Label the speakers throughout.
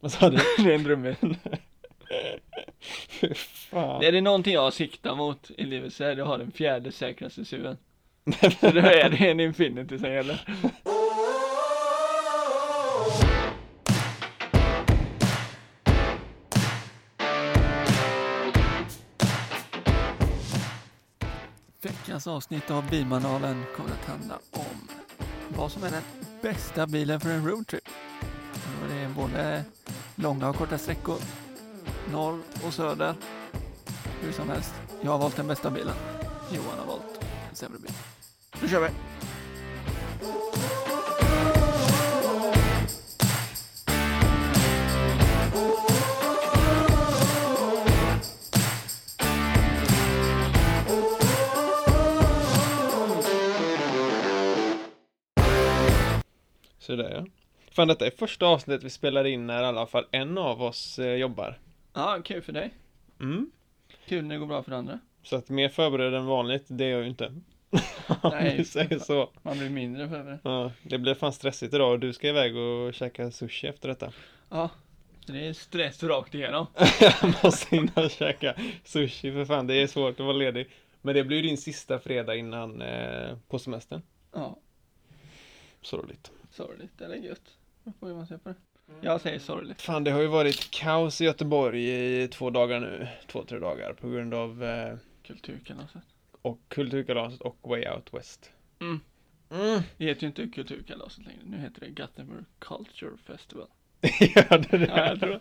Speaker 1: Vad sa du?
Speaker 2: det är en drömbild.
Speaker 1: Fy fan.
Speaker 2: Är det någonting jag siktar mot i livet så är det att ha den fjärde säkraste suven. så då är det en Infinity som gäller. Veckans avsnitt av Bilmanualen kommer att handla om vad som är den bästa bilen för en roadtrip. Och Det är både långa och korta sträckor, norr och söder. Hur som helst, jag har valt den bästa bilen. Johan har valt en sämre bil. Nu kör vi!
Speaker 1: Sådär ja. Fan detta är första avsnittet vi spelar in när i alla fall en av oss eh, jobbar.
Speaker 2: Ja, kul för dig.
Speaker 1: Mm.
Speaker 2: Kul när det går bra för andra.
Speaker 1: Så att mer förberedd än vanligt, det är jag ju inte. Om
Speaker 2: Nej,
Speaker 1: vi säger så.
Speaker 2: Man blir mindre förberedd.
Speaker 1: Ja, det blir fan stressigt idag och du ska iväg och käka sushi efter detta.
Speaker 2: Ja, så det är stress rakt igenom.
Speaker 1: jag måste hinna käka sushi för fan, det är svårt att vara ledig. Men det blir ju din sista fredag innan eh, på semestern.
Speaker 2: Ja,
Speaker 1: Sorgligt.
Speaker 2: sorgligt eller gött. Då får man se på det. Jag säger sorgligt.
Speaker 1: Fan, det har ju varit kaos i Göteborg i två dagar nu. Två, tre dagar på grund av eh,
Speaker 2: Kulturkalaset.
Speaker 1: och Kulturkalaset och Way Out West.
Speaker 2: Mm.
Speaker 1: Mm.
Speaker 2: Det heter ju inte Kulturkalaset längre. Nu heter det Gothenburg Culture Festival.
Speaker 1: Gör det det?
Speaker 2: Ja, jag tror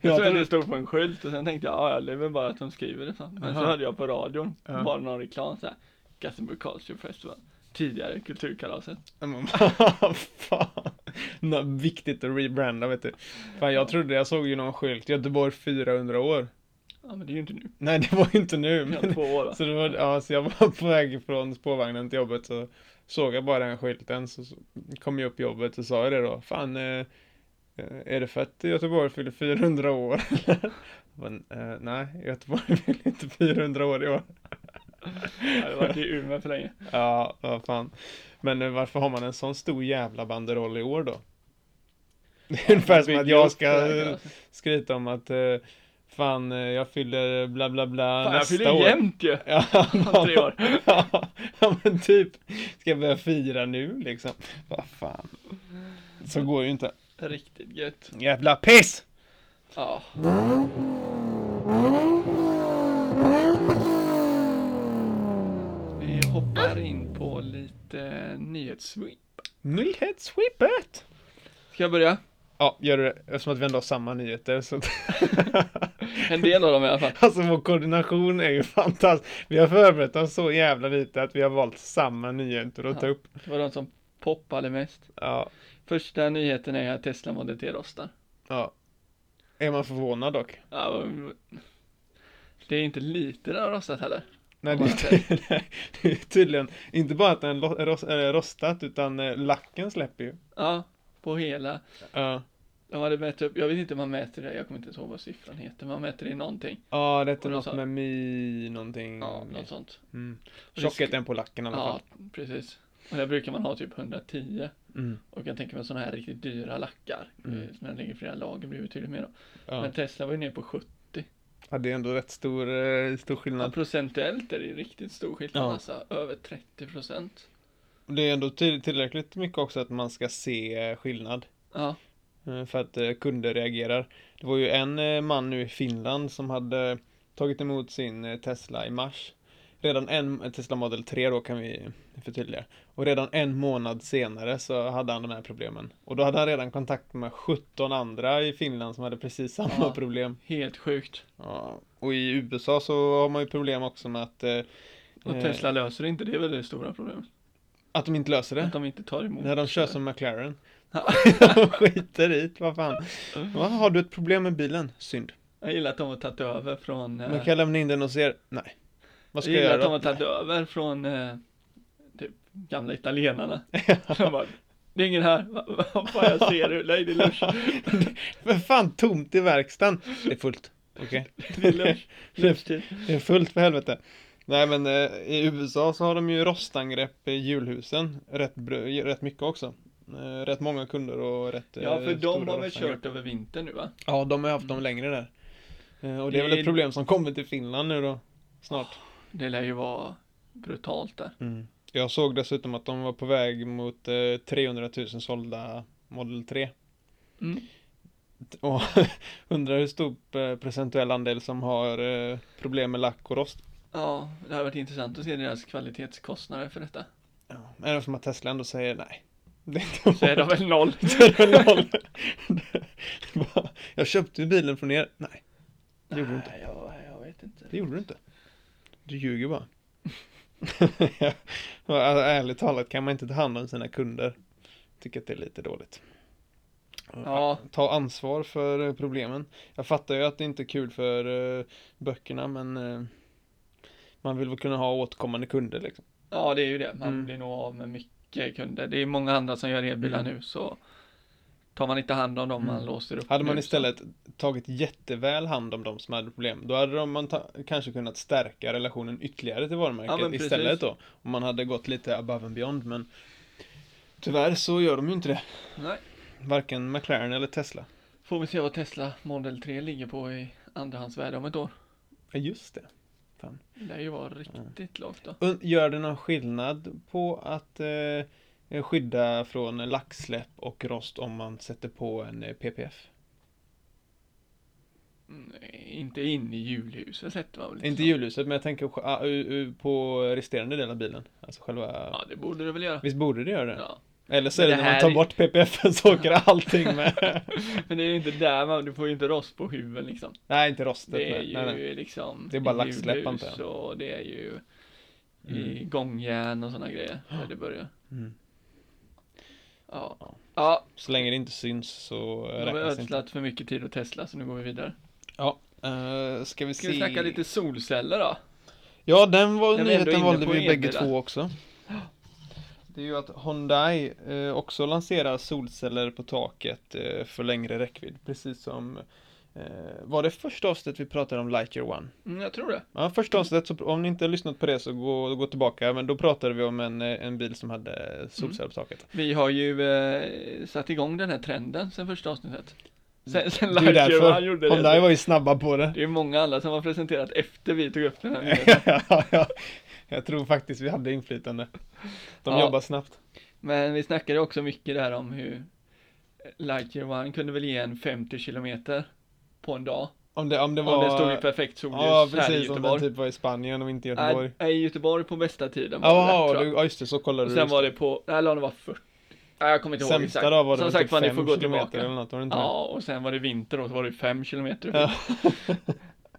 Speaker 2: Jag
Speaker 1: Jag
Speaker 2: såg att
Speaker 1: tror
Speaker 2: det stod på en skylt och sen tänkte jag, ja ja, det är väl bara att de skriver det så. Men så
Speaker 1: Aha.
Speaker 2: hörde jag på radion,
Speaker 1: Ja.
Speaker 2: bara någon reklam så här, Gothenburg Culture Festival. Tidigare Kulturkalaset.
Speaker 1: Men Ah, Fan. Nå, viktigt att rebranda vet du. Fan, jag trodde jag såg ju någon skylt, Göteborg 400 år.
Speaker 2: Ja men det är ju inte nu.
Speaker 1: Nej, det var ju inte nu.
Speaker 2: Det är
Speaker 1: Men...
Speaker 2: två år va?
Speaker 1: Så, det var, ja, så jag var på väg från spårvagnen till jobbet så såg jag bara den skylten så så kom jag upp i jobbet och sa jag det då. Fan, eh, eh, är det för att Göteborg fyller 400 år? Men, eh, nej, Göteborg fyller inte 400 år i år.
Speaker 2: Jag har varit i Umeå för länge.
Speaker 1: Ja, vad fan. Men eh, varför har man en sån stor jävla banderoll i år då? Det är ungefär som att jag ska eh, skryta om att eh, fan, eh, jag fyller bla bla bla
Speaker 2: Fan, jag
Speaker 1: nästa
Speaker 2: fyller
Speaker 1: år.
Speaker 2: jämnt ju!
Speaker 1: Ja,
Speaker 2: Om tre år.
Speaker 1: ja, men typ, ska jag börja fira nu liksom? Vad fan. Så går ju inte.
Speaker 2: Riktigt gött.
Speaker 1: Jävla piss!
Speaker 2: Ja. Vi hoppar in på lite nyhetssweep.
Speaker 1: Nyhetssvepet!
Speaker 2: Ska jag börja?
Speaker 1: Ja, gör du det? Eftersom att vi ändå har samma nyheter så...
Speaker 2: En del av dem i alla fall.
Speaker 1: Alltså vår koordination är ju fantastisk. Vi har förberett oss så jävla lite att vi har valt samma nyheter att ta upp.
Speaker 2: Det var de som poppade mest.
Speaker 1: Ja,
Speaker 2: Första nyheten är att Tesla Model T rostar.
Speaker 1: ja. Är man förvånad dock?
Speaker 2: Ja, Det är inte lite den har rostat heller.
Speaker 1: Nej, det är tydligen, det är tydligen inte bara att den lo- ros- eh, rostat utan eh, lacken släpper ju.
Speaker 2: Ja, på hela.
Speaker 1: Ja,
Speaker 2: De hade mätt upp, jag vet inte hur man mäter det, jag kommer inte ens ihåg vad siffran heter, man mäter det i någonting.
Speaker 1: ja det heter
Speaker 2: Och då
Speaker 1: något
Speaker 2: sa-
Speaker 1: med mi någonting.
Speaker 2: Ja, något sånt.
Speaker 1: Mm.
Speaker 2: det
Speaker 1: Tjockheten på lacken i alla
Speaker 2: Ja,
Speaker 1: fall.
Speaker 2: precis. Och där brukar man ha typ 110.
Speaker 1: Mm.
Speaker 2: Och jag tänker mig sådana här riktigt dyra lackar.
Speaker 1: Mm.
Speaker 2: eh, Som man lägger flera lager blir betydligt mer då.
Speaker 1: Ja.
Speaker 2: Men Tesla var ju ner på 70.
Speaker 1: ja, det är ändå rätt stor, eh, stor
Speaker 2: Ja,
Speaker 1: skillnad.
Speaker 2: procentuellt är det ju riktigt stor skillnad
Speaker 1: Ja.
Speaker 2: alltså. Över 30 procent.
Speaker 1: Det är ändå till- tillräckligt mycket också att man ska se eh, skillnad.
Speaker 2: Ja,
Speaker 1: Eh, För att eh, kunder reagerar. Det var ju en eh, man nu i Finland som hade tagit emot sin eh, Tesla i mars. Redan en eh, Tesla Model 3 då kan vi förtydliga. Och redan en månad senare så hade han de här problemen. Och då hade han redan kontakt med 17 andra i Finland som hade precis samma
Speaker 2: Ja.
Speaker 1: problem.
Speaker 2: helt sjukt.
Speaker 1: Ja. Och i USA så har man ju problem också med att, eh,
Speaker 2: Och
Speaker 1: Eh.
Speaker 2: Tesla löser inte det, är väl det stora problemet.
Speaker 1: att de inte löser det.
Speaker 2: Att de inte tar emot.
Speaker 1: När de kör som McLaren.
Speaker 2: Ja.
Speaker 1: de skiter i det, vad fan. Va, har du ett problem med bilen? Synd.
Speaker 2: Jag gillar att de har tagit över från... eh,
Speaker 1: Man kan lämna in den och se, nej. Vad ska
Speaker 2: jag
Speaker 1: jag
Speaker 2: gillar att
Speaker 1: göra?
Speaker 2: de har tagit över från eh, typ gamla italienarna. De bara, det är ingen här. Va- va- Vad fan jag ser hur nej det är lunch.
Speaker 1: För fan, tomt i verkstaden. Det är fullt. Okej.
Speaker 2: Det är lunch. Lunchtid.
Speaker 1: Det är fullt för helvete. Nej men eh, i USA så har de ju rostangrepp i julhusen rätt, br- rätt mycket också. eh, rätt många kunder och rätt eh,
Speaker 2: Ja, för de
Speaker 1: stora
Speaker 2: har väl
Speaker 1: rostangrepp.
Speaker 2: kört över vintern nu va?
Speaker 1: Ja, de har haft dem längre där. Eh, Och det är väl
Speaker 2: Det är-
Speaker 1: ett problem som kommer till Finland nu då, snart.
Speaker 2: Det lär ju vara brutalt där.
Speaker 1: Jag såg dessutom att de var på väg mot eh, 300 000 sålda Model 3.
Speaker 2: Mm.
Speaker 1: Och undrar hur stor eh, procentuell andel som har eh, problem med lack och rost.
Speaker 2: Ja, det har varit intressant att se deras kvalitetskostnader för detta.
Speaker 1: Även som att Tesla ändå säger nej. Det är inte
Speaker 2: Så är de
Speaker 1: vårt.
Speaker 2: väl noll.
Speaker 1: Så är det noll. Bara, Jag köpte ju bilen från er. Nej, Det gjorde du inte.
Speaker 2: Nej, jag, jag vet inte.
Speaker 1: det gjorde du inte. Du ljuger bara. alltså, ärligt talat kan man inte ta hand om sina kunder. Tycker att det är lite dåligt.
Speaker 2: Ja,
Speaker 1: ta ansvar för eh, problemen. Jag fattar ju att det inte är kul för eh, böckerna men eh, man vill väl kunna ha återkommande kunder liksom.
Speaker 2: ja, det är ju det. Man
Speaker 1: Mm.
Speaker 2: blir nog av med mycket kunder. Det är många andra som gör elbilar
Speaker 1: Mm.
Speaker 2: nu så tar man inte hand om dem man
Speaker 1: Mm.
Speaker 2: låser upp.
Speaker 1: Hade man
Speaker 2: nu,
Speaker 1: istället tagit jätteväl hand om de som hade problem då hade de man ta- kanske kunnat stärka relationen ytterligare till varumärket
Speaker 2: Ja, men precis.
Speaker 1: istället då. Om man hade gått lite above and beyond men tyvärr så gör de ju inte det.
Speaker 2: Så. Nej.
Speaker 1: Varken McLaren eller Tesla.
Speaker 2: Får vi se vad Tesla Model 3 ligger på i andrahandsvärde om ett år.
Speaker 1: Ja just det.
Speaker 2: Det lär ju
Speaker 1: Mm.
Speaker 2: vara riktigt lågt då.
Speaker 1: Und- Gör det någon skillnad på att eh, skydda från lacksläpp och rost om man sätter på en eh, PPF?
Speaker 2: Nej, Mm, inte in i julhuset sätter man väl
Speaker 1: Inte
Speaker 2: så.
Speaker 1: hjulhuset, men jag tänker sj- ah, u- u- på resterande del av bilen. Alltså själva...
Speaker 2: Ja, det borde du väl göra.
Speaker 1: Visst borde det göra det?
Speaker 2: Ja.
Speaker 1: Eller så är
Speaker 2: Men
Speaker 1: det,
Speaker 2: det
Speaker 1: när man
Speaker 2: här
Speaker 1: tar
Speaker 2: är-
Speaker 1: bort PPFen så åker allting med.
Speaker 2: Men det är ju inte där man, du får ju inte rost på huven liksom.
Speaker 1: nej, inte rostet.
Speaker 2: Det är
Speaker 1: nej, nej, nej.
Speaker 2: ju liksom
Speaker 1: Det är bara
Speaker 2: i
Speaker 1: laxläpp,
Speaker 2: ljudhus
Speaker 1: antar jag.
Speaker 2: och det är ju i
Speaker 1: Mm.
Speaker 2: gångjärn och sådana grejer där det börjar.
Speaker 1: Mm.
Speaker 2: Ja, ja
Speaker 1: Så länge det inte syns så
Speaker 2: nu har vi
Speaker 1: räknas det inte.
Speaker 2: ödslat för mycket tid och Tesla så nu går vi vidare.
Speaker 1: Uh, ska vi
Speaker 2: Ska
Speaker 1: se...
Speaker 2: vi snacka lite solceller då?
Speaker 1: Ja, den var
Speaker 2: När vi ändå är
Speaker 1: nyheten
Speaker 2: inne
Speaker 1: valde
Speaker 2: på
Speaker 1: vi bägge
Speaker 2: elbilar.
Speaker 1: två också. Det är ju att Hyundai eh, också lanserar solceller på taket eh, för längre räckvidd, precis som eh, var det första avsnittet vi pratade om Lightyear One?
Speaker 2: Mm, jag tror det.
Speaker 1: Ja, första avsnittet, så, om ni inte har lyssnat på det så gå, gå tillbaka, men då pratade vi om en, eh, en bil som hade solceller på taket.
Speaker 2: Vi har ju eh, satt igång den här trenden sen första avsnittet. Sen, sen
Speaker 1: Det är ju
Speaker 2: Lightyear
Speaker 1: därför,
Speaker 2: One gjorde det.
Speaker 1: Hyundai
Speaker 2: så-
Speaker 1: var ju snabba på det.
Speaker 2: Det är många andra som har presenterat efter vi tog upp den här nyheten.
Speaker 1: ja, ja. Jag tror faktiskt vi hade inflytande. De
Speaker 2: Ja.
Speaker 1: jobbar snabbt.
Speaker 2: Men vi snackade också mycket där om hur Lightyear One kunde väl ge en 50 kilometer på en dag.
Speaker 1: Om det, om det
Speaker 2: Om
Speaker 1: var...
Speaker 2: det stod i perfekt solljus
Speaker 1: Ja,
Speaker 2: här i
Speaker 1: precis. Om den
Speaker 2: Göteborg.
Speaker 1: typ var i Spanien och inte i Göteborg.
Speaker 2: Nej, nej, i Göteborg på bästa tiden var det,
Speaker 1: Jaha,
Speaker 2: tror
Speaker 1: du-
Speaker 2: jag.
Speaker 1: ja just det, så kollade
Speaker 2: Och
Speaker 1: du.
Speaker 2: sen
Speaker 1: just
Speaker 2: var det på, eller om det var 40. Nej, jag kommer inte ihåg
Speaker 1: Sämsta
Speaker 2: exakt.
Speaker 1: då var det
Speaker 2: Som
Speaker 1: väl
Speaker 2: sagt
Speaker 1: typ
Speaker 2: var, ni
Speaker 1: fem
Speaker 2: får gå
Speaker 1: kilometer
Speaker 2: tillbaka.
Speaker 1: eller något, var det inte
Speaker 2: Ja, och sen var det vinter och så var det 5 kilometer.
Speaker 1: det? Ja.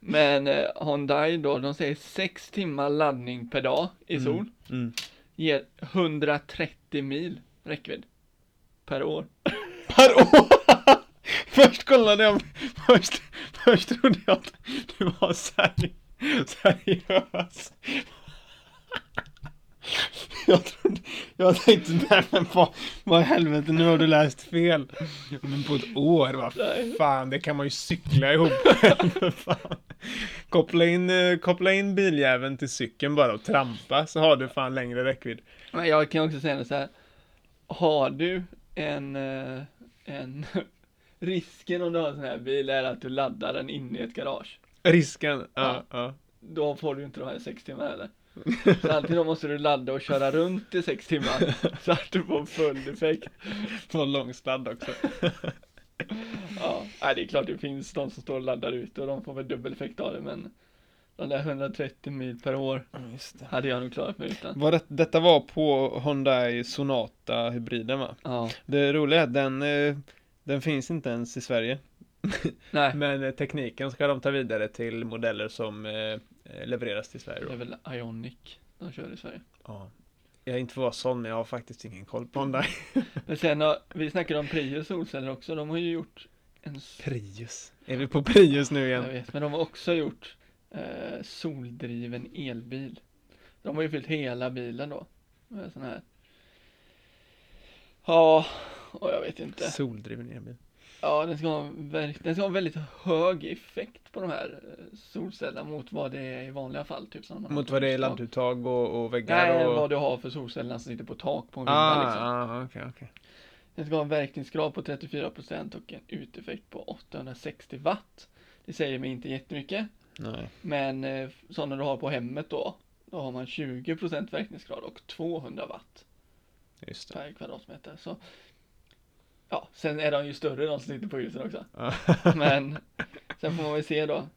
Speaker 2: Men eh, Hyundai då, de säger 6 timmar laddning per dag i
Speaker 1: Mm.
Speaker 2: sol.
Speaker 1: Mm.
Speaker 2: Ger 130 mil räckvidd. Per år.
Speaker 1: Per år! Först kollade jag, först, först trodde jag att du var seri, seriös. Jag trodde, jag tänkte nej men vad, vad i helvete nu har du läst fel. Men på ett år, vad
Speaker 2: Nej.
Speaker 1: fan det kan man ju cykla ihop. För fan. koppla, in, eh, koppla in biljäveln till cykeln bara och trampa så har du fan längre räckvidd.
Speaker 2: Men jag kan också säga det så här. Har du en, eh, en risken om du har en sån här bil är att du laddar den inne i ett garage.
Speaker 1: Risken,
Speaker 2: Ja.
Speaker 1: ja. ja.
Speaker 2: Då får du inte de här sex timmarna heller. Så alltid då måste du ladda och köra runt i sex timmar så att du får full effekt.
Speaker 1: På långsladd också.
Speaker 2: Ja, nej, det är klart det finns de som står och laddar ute och de får väl dubbel effekt av det men de där 130 mil per år hade jag nog klarat mig utan.
Speaker 1: Var det, detta var på Hyundai Sonata-hybriden va?
Speaker 2: Ja,
Speaker 1: Det roliga är att den, eh, den finns inte ens i Sverige.
Speaker 2: nej.
Speaker 1: Men eh, tekniken ska de ta vidare till modeller som eh, eh, levereras till Sverige
Speaker 2: Det är
Speaker 1: då.
Speaker 2: väl Ionic de kör i Sverige.
Speaker 1: Ja. Jag är inte för att vara sån, men jag har faktiskt ingen koll på Hyundai.
Speaker 2: Men sen har, vi snackade om Prius solceller också, de har ju gjort en s-
Speaker 1: Prius. Är vi på Prius nu
Speaker 2: jag
Speaker 1: igen?
Speaker 2: vet, men de har också gjort eh, soldriven elbil. De har ju fyllt hela bilen då med sån här. Ja, och jag vet inte.
Speaker 1: Soldriven elbil.
Speaker 2: Ja, den ska ha, en verk- den ska ha en väldigt hög effekt på de här eh, solcellerna mot vad det är i vanliga fall. Typ, som man har
Speaker 1: Mot
Speaker 2: på
Speaker 1: vad det är
Speaker 2: tak.
Speaker 1: landuttag och, och väggar
Speaker 2: Nej,
Speaker 1: och...
Speaker 2: vad du har för solcellerna som sitter på tak på en vinda
Speaker 1: Ah,
Speaker 2: liksom.
Speaker 1: ah, okej, okej.
Speaker 2: Den ska ha en verkningsgrad på 34% och en uteffekt på 860 watt. Det säger mig inte jättemycket.
Speaker 1: Nej.
Speaker 2: Men eh, sådana du har på hemmet då, då har man 20% verkningsgrad och 200 watt
Speaker 1: Just det.
Speaker 2: per kvadratmeter. Så, ja, sen är de ju större de som sitter på husen också.
Speaker 1: Ja.
Speaker 2: Men sen får man väl se då.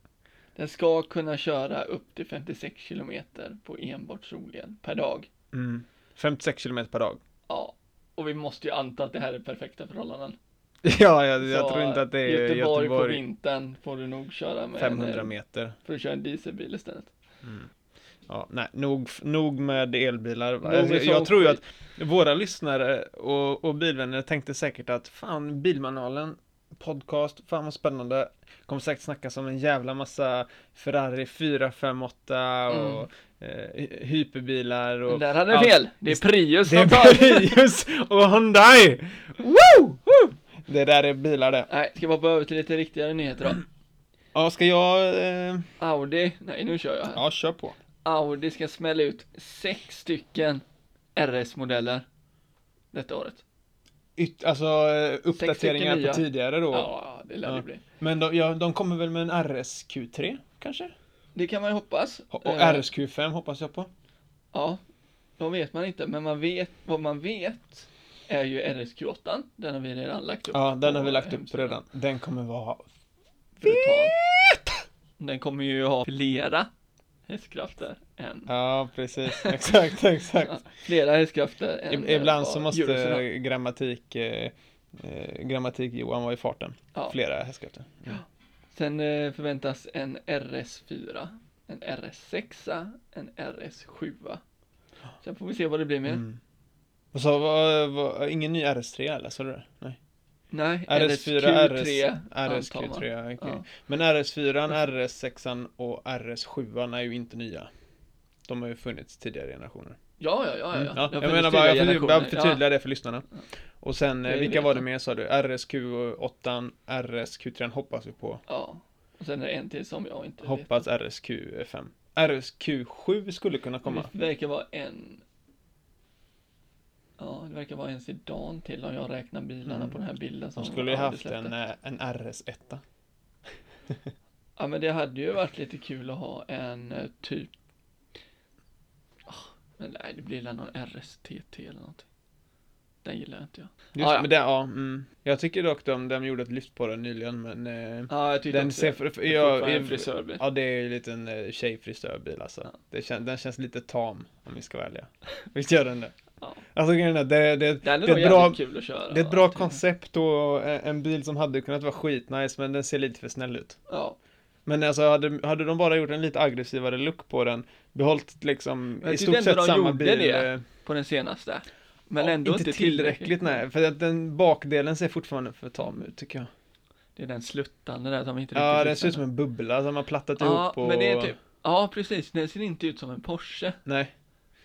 Speaker 2: Den ska kunna köra upp till 56 kilometer på enbart solel per dag.
Speaker 1: Mm. 56 kilometer per dag.
Speaker 2: Ja, och vi måste ju anta att det här är perfekta förhållanden.
Speaker 1: Ja, jag, jag
Speaker 2: Så
Speaker 1: tror inte att det är
Speaker 2: Göteborg.
Speaker 1: Göteborg,
Speaker 2: på vintern får du nog köra med
Speaker 1: 500
Speaker 2: en,
Speaker 1: meter.
Speaker 2: för att köra en dieselbil istället.
Speaker 1: Ja, nej, nog, nog med elbilar.
Speaker 2: Nog
Speaker 1: va?
Speaker 2: med
Speaker 1: Alltså,
Speaker 2: sån
Speaker 1: jag tror ju att våra lyssnare och, och bilvänner tänkte säkert att fan, Bilmanualen, podcast, fan vad spännande. Kommer säkert snackas om en jävla massa Ferrari 458 och eh, hy- hyperbilar
Speaker 2: Mm. Men
Speaker 1: och...
Speaker 2: där hade jag
Speaker 1: allt.
Speaker 2: fel. Det är Prius
Speaker 1: Det är
Speaker 2: som tar.
Speaker 1: Prius och Hyundai! Woo! Woo! Det där är bilar det.
Speaker 2: Nej, ska vi hoppa över till lite riktigare nyheter då?
Speaker 1: Ja, ska jag... Eh,
Speaker 2: Audi, nej nu kör jag här.
Speaker 1: ja, kör på.
Speaker 2: Audi ska smälla ut sex stycken RS-modeller detta året.
Speaker 1: Yt, alltså eh,
Speaker 2: stycken
Speaker 1: uppdateringar
Speaker 2: nya.
Speaker 1: på tidigare då.
Speaker 2: Ja, det lär det
Speaker 1: Ja.
Speaker 2: bli.
Speaker 1: Men de, ja, de kommer väl med en RSQ3 kanske?
Speaker 2: Det kan man ju hoppas.
Speaker 1: Och
Speaker 2: Eh,
Speaker 1: RSQ5 hoppas jag på.
Speaker 2: Ja, de vet man inte, men man vet, vad man vet är ju RSQ8. Den har vi redan lagt upp.
Speaker 1: Ja, den har
Speaker 2: på
Speaker 1: vi lagt upp
Speaker 2: hemsidan.
Speaker 1: redan. Den kommer vara...
Speaker 2: Brutal. Den kommer ju ha flera hästkrafter än...
Speaker 1: Ja, precis. Exakt,
Speaker 2: Ja,
Speaker 1: exakt.
Speaker 2: flera hästkrafter än... eh,
Speaker 1: I- Ibland så
Speaker 2: vad
Speaker 1: måste
Speaker 2: Eurozone har.
Speaker 1: grammatik... Eh, eh, grammatik-Johan vara i farten.
Speaker 2: Ja.
Speaker 1: Flera hästkrafter.
Speaker 2: Sen eh, förväntas en RS4, en RS6, en RS7. Sen får vi se vad det blir med.
Speaker 1: Mm. Och så var, var ingen ny RS3 eller? Så det? Nej.
Speaker 2: Nej,
Speaker 1: RS4,
Speaker 2: RSQ3
Speaker 1: RS,
Speaker 2: antar man.
Speaker 1: RSQ3, okej.
Speaker 2: Ja.
Speaker 1: Men RS4, RS6 och RS7 är ju inte nya. De har ju funnits tidigare generationer.
Speaker 2: Ja, ja, ja, ja.
Speaker 1: Mm, ja.
Speaker 2: Det har
Speaker 1: Jag
Speaker 2: funnits
Speaker 1: menar bara, jag
Speaker 2: tidigare
Speaker 1: förtyd- bara
Speaker 2: generationer.
Speaker 1: förtydliga det för lyssnarna. Och sen,
Speaker 2: Det är
Speaker 1: eh, vilka
Speaker 2: det.
Speaker 1: var det mer sa du? RSQ8, RSQ3 hoppas vi på.
Speaker 2: Ja, ja. Och sen är det en till som jag inte vet.
Speaker 1: Hoppas RSQ5. RSQ7 skulle kunna komma.
Speaker 2: Det verkar vara en... Ja, det verkar vara en sedan till om jag räknar bilarna
Speaker 1: Mm.
Speaker 2: på den här bilden som
Speaker 1: De skulle ju
Speaker 2: Audi
Speaker 1: haft
Speaker 2: släppte.
Speaker 1: en, eh, en RS1.
Speaker 2: Ja, men det hade ju varit lite kul att ha en eh, typ... Ah, men nej, det blir väl någon RSTT eller någonting. Den gillar inte jag.
Speaker 1: Just,
Speaker 2: Ah, ja.
Speaker 1: men det, ja, mm. Jag tycker dock de, de gjorde ett lyft på den nyligen, men... Eh,
Speaker 2: Ja, jag tyckte
Speaker 1: den
Speaker 2: också
Speaker 1: ser...
Speaker 2: det.
Speaker 1: För, för,
Speaker 2: Det är
Speaker 1: jag,
Speaker 2: fortfarande en
Speaker 1: jag-
Speaker 2: frisörbil.
Speaker 1: Ja, det är ju en liten eh, tjejfrisörbil alltså.
Speaker 2: Ja.
Speaker 1: Det kän, den känns lite tam, om vi ska välja. Visst gör den det?
Speaker 2: Ja.
Speaker 1: Alltså grejen är, det, det, det,
Speaker 2: Den är
Speaker 1: är
Speaker 2: nog
Speaker 1: ett bra,
Speaker 2: jävligt kul att köra. alltså.
Speaker 1: det är ett bra
Speaker 2: Ja,
Speaker 1: koncept och eh, en bil som hade kunnat vara skitnice, men den ser lite för snäll ut.
Speaker 2: Ja,
Speaker 1: Men alltså, hade, hade de bara gjort en lite aggressivare look på den, behållit liksom
Speaker 2: Jag
Speaker 1: i
Speaker 2: tyckte
Speaker 1: stort
Speaker 2: ändå
Speaker 1: sett
Speaker 2: typ de
Speaker 1: samma
Speaker 2: gjorde
Speaker 1: bil.
Speaker 2: det.
Speaker 1: eh,
Speaker 2: på den senaste. Men
Speaker 1: ja,
Speaker 2: ändå inte
Speaker 1: tillräckligt. nej, för att den bakdelen ser fortfarande för tam ut tycker jag.
Speaker 2: Det är den sluttande där som inte
Speaker 1: Ja,
Speaker 2: riktigt
Speaker 1: den ser ut som
Speaker 2: lyssnar.
Speaker 1: en bubbla som har plattat
Speaker 2: typ Ja,
Speaker 1: ihop och...
Speaker 2: men det är typ... Ja, precis. Den ser inte ut som en Porsche.
Speaker 1: Nej.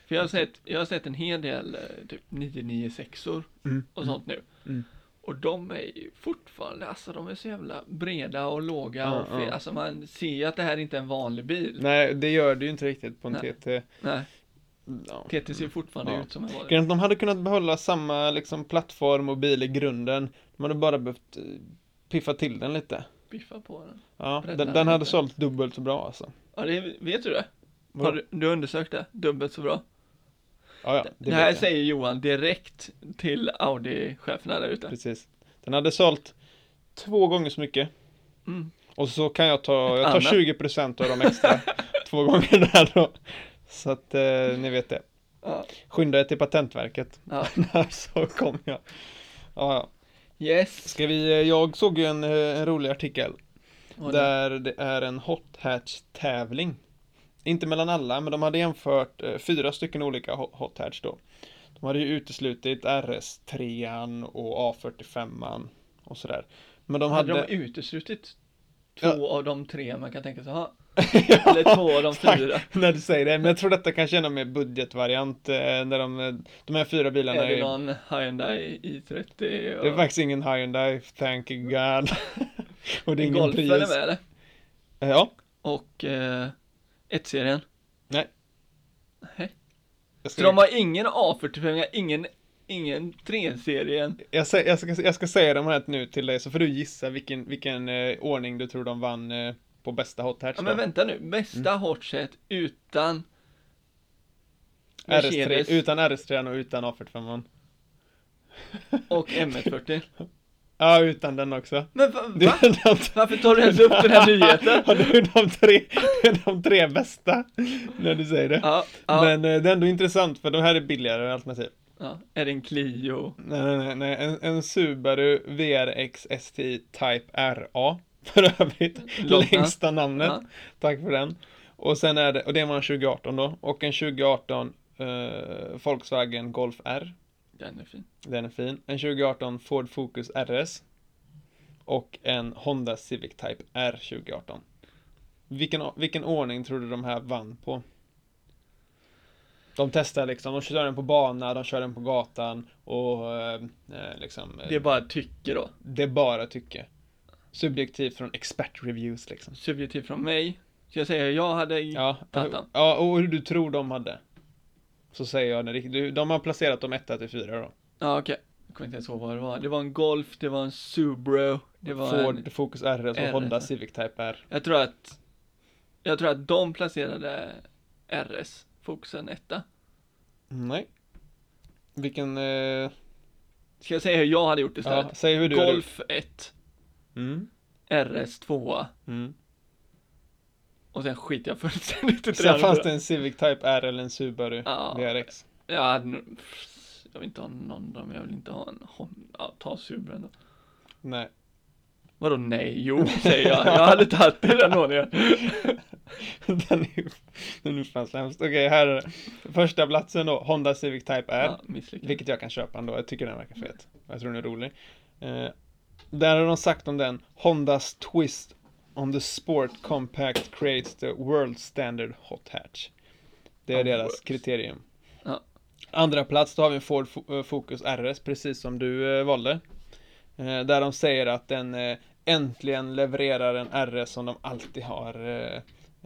Speaker 2: För jag har sett, jag har sett en hel del eh, typ 996or
Speaker 1: Mm.
Speaker 2: och sånt nu.
Speaker 1: Mm.
Speaker 2: Och de är ju fortfarande, alltså de är så jävla breda och låga
Speaker 1: Ja,
Speaker 2: och fe-
Speaker 1: ja.
Speaker 2: Alltså man ser ju att det här inte är en vanlig bil.
Speaker 1: Nej, det gör det ju inte riktigt på en
Speaker 2: Nej.
Speaker 1: TT.
Speaker 2: Nej,
Speaker 1: Ja.
Speaker 2: TT ser ju fortfarande
Speaker 1: Ja.
Speaker 2: ut som en vanlig
Speaker 1: Grejen är att de hade kunnat behålla samma liksom plattform och bil i grunden. De hade bara behövt eh, piffa till den lite.
Speaker 2: Biffa på den.
Speaker 1: Ja,
Speaker 2: Bredda
Speaker 1: den,
Speaker 2: den
Speaker 1: den hade
Speaker 2: lite.
Speaker 1: sålt dubbelt så bra alltså.
Speaker 2: Ja, det vet du det? Har
Speaker 1: Ja,
Speaker 2: du, du har undersökt det? Dubbelt så bra.
Speaker 1: ja,
Speaker 2: Det,
Speaker 1: det
Speaker 2: här
Speaker 1: vet jag.
Speaker 2: säger Johan direkt till Audi-cheferna där ute.
Speaker 1: Precis. Den hade sålt två gånger så mycket.
Speaker 2: Mm.
Speaker 1: Och så kan jag ta, jag tar
Speaker 2: Annat.
Speaker 1: 20% av de extra två gånger där då. Så att eh, ni vet det.
Speaker 2: Ja,
Speaker 1: Skynda er till Patentverket.
Speaker 2: ja.
Speaker 1: När så kom jag. Ja, ja.
Speaker 2: Yes.
Speaker 1: Ska vi, eh, jag såg ju en, eh, en rolig artikel.
Speaker 2: Och nu-
Speaker 1: Där det är en hot hatch tävling. Inte mellan alla, men de hade jämfört eh, fyra stycken olika ho- hot hatch då. De hade ju uteslutit RS3 och A45 och sådär. Men de hade...
Speaker 2: hade, de uteslutit två
Speaker 1: Ja.
Speaker 2: av de tre man kan tänka sig ha? Eller två av de
Speaker 1: Tack
Speaker 2: fyra?
Speaker 1: när du säger det, men jag tror detta kanske är någon mer budgetvariant. eh, När de, eh, de här fyra bilarna
Speaker 2: Är
Speaker 1: är,
Speaker 2: det någon Hyundai i30? Och...
Speaker 1: det är faktiskt ingen Hyundai, thank God. och det är
Speaker 2: en
Speaker 1: ingen
Speaker 2: Golf är det
Speaker 1: Prius.
Speaker 2: med eller?
Speaker 1: Eh, Ja,
Speaker 2: Och eh, 1-serien?
Speaker 1: Nej.
Speaker 2: Nej.
Speaker 1: jag
Speaker 2: Så
Speaker 1: ska,
Speaker 2: de har ingen A45, ingen Ingen 3-serien.
Speaker 1: Jag, sä, jag, ska, jag ska säga de här nu till dig så får du gissa vilken, vilken eh, ordning du tror de vann eh, på bästa hot hatch
Speaker 2: Ja,
Speaker 1: då.
Speaker 2: men vänta nu. Bästa mm. hotset utan Mercedes
Speaker 1: RS3, utan RS3 och utan A45.
Speaker 2: och M140.
Speaker 1: Ja, utan den också.
Speaker 2: Men va,
Speaker 1: Det
Speaker 2: va?
Speaker 1: är de,
Speaker 2: Varför tar du ens upp den här nyheten?
Speaker 1: Ja, det är de tre, det är de tre bästa när du säger det.
Speaker 2: Ja, ja,
Speaker 1: Men eh, det är ändå intressant för de här är billigare alternativ.
Speaker 2: ja. Är det en Clio?
Speaker 1: Nej, nej, nej, nej. En, en Subaru VRX STI Type RA för övrigt.
Speaker 2: Långa.
Speaker 1: Längsta namnet.
Speaker 2: Ja.
Speaker 1: Tack för den. Och sen är det, och det var en 2018 då, och en 2018 eh, Volkswagen Golf R.
Speaker 2: Den är fin.
Speaker 1: Den är fin. En 2018 Ford Focus RS. Och en Honda Civic Type R 2018. Vilken, vilken ordning tror du de här vann på? De testar liksom, de kör den på bana, de kör den på gatan och eh, eh, liksom eh,
Speaker 2: Det är bara tycke då.
Speaker 1: det är bara tycke. Subjektivt från expertreviews liksom.
Speaker 2: Subjektivt från mig. Ska jag säga jag hade...
Speaker 1: Ja, eh,
Speaker 2: Tattan.
Speaker 1: ja, och hur du tror de hade. Så säger jag det riktigt. Du- De har placerat dem 1 till 4 då.
Speaker 2: Ja, okej. Jag kommer inte ens ihåg vad det var. Det var en Golf, det var en Subaru, det var
Speaker 1: Ford
Speaker 2: en...
Speaker 1: Focus RS
Speaker 2: RS.
Speaker 1: och Honda Civic Type R.
Speaker 2: Jag tror att... Jag tror att de placerade RS, Fokusen etta.
Speaker 1: Nej. Vilken... Eh,
Speaker 2: Ska jag säga hur jag hade gjort
Speaker 1: ja,
Speaker 2: istället?
Speaker 1: säg hur du hade gjort.
Speaker 2: Golf 1,
Speaker 1: Mm.
Speaker 2: RS 2
Speaker 1: Mm.
Speaker 2: och sen skiter jag fullständigt i
Speaker 1: Sen fanns
Speaker 2: andra.
Speaker 1: det en Civic Type R eller en Subaru
Speaker 2: Ja.
Speaker 1: VRX.
Speaker 2: Jag hade nog- Jag vill inte ha någon av dem, jag vill inte ha en Honda. Ja, ta Subaru då.
Speaker 1: Nej.
Speaker 2: Vadå nej? Jo, säger jag. Jag hade tagit det i den ordningen.
Speaker 1: den är ju den är fan sämst. Okej, här är det. Första platsen då, Honda Civic Type R.
Speaker 2: Ja, misslyckades.
Speaker 1: Vilket jag kan köpa ändå, jag tycker den verkar fet. Jag tror den är rolig. Eh, där har de sagt om den, Hondas twist on the sport compact creates the world standard hot hatch. Det är
Speaker 2: Ja,
Speaker 1: deras
Speaker 2: works.
Speaker 1: kriterium.
Speaker 2: Ja.
Speaker 1: Andra plats, då har vi en Ford Fo- eh, Focus RS, precis som du eh, valde. Eh, där de säger att den eh, äntligen levererar en RS som de alltid har eh,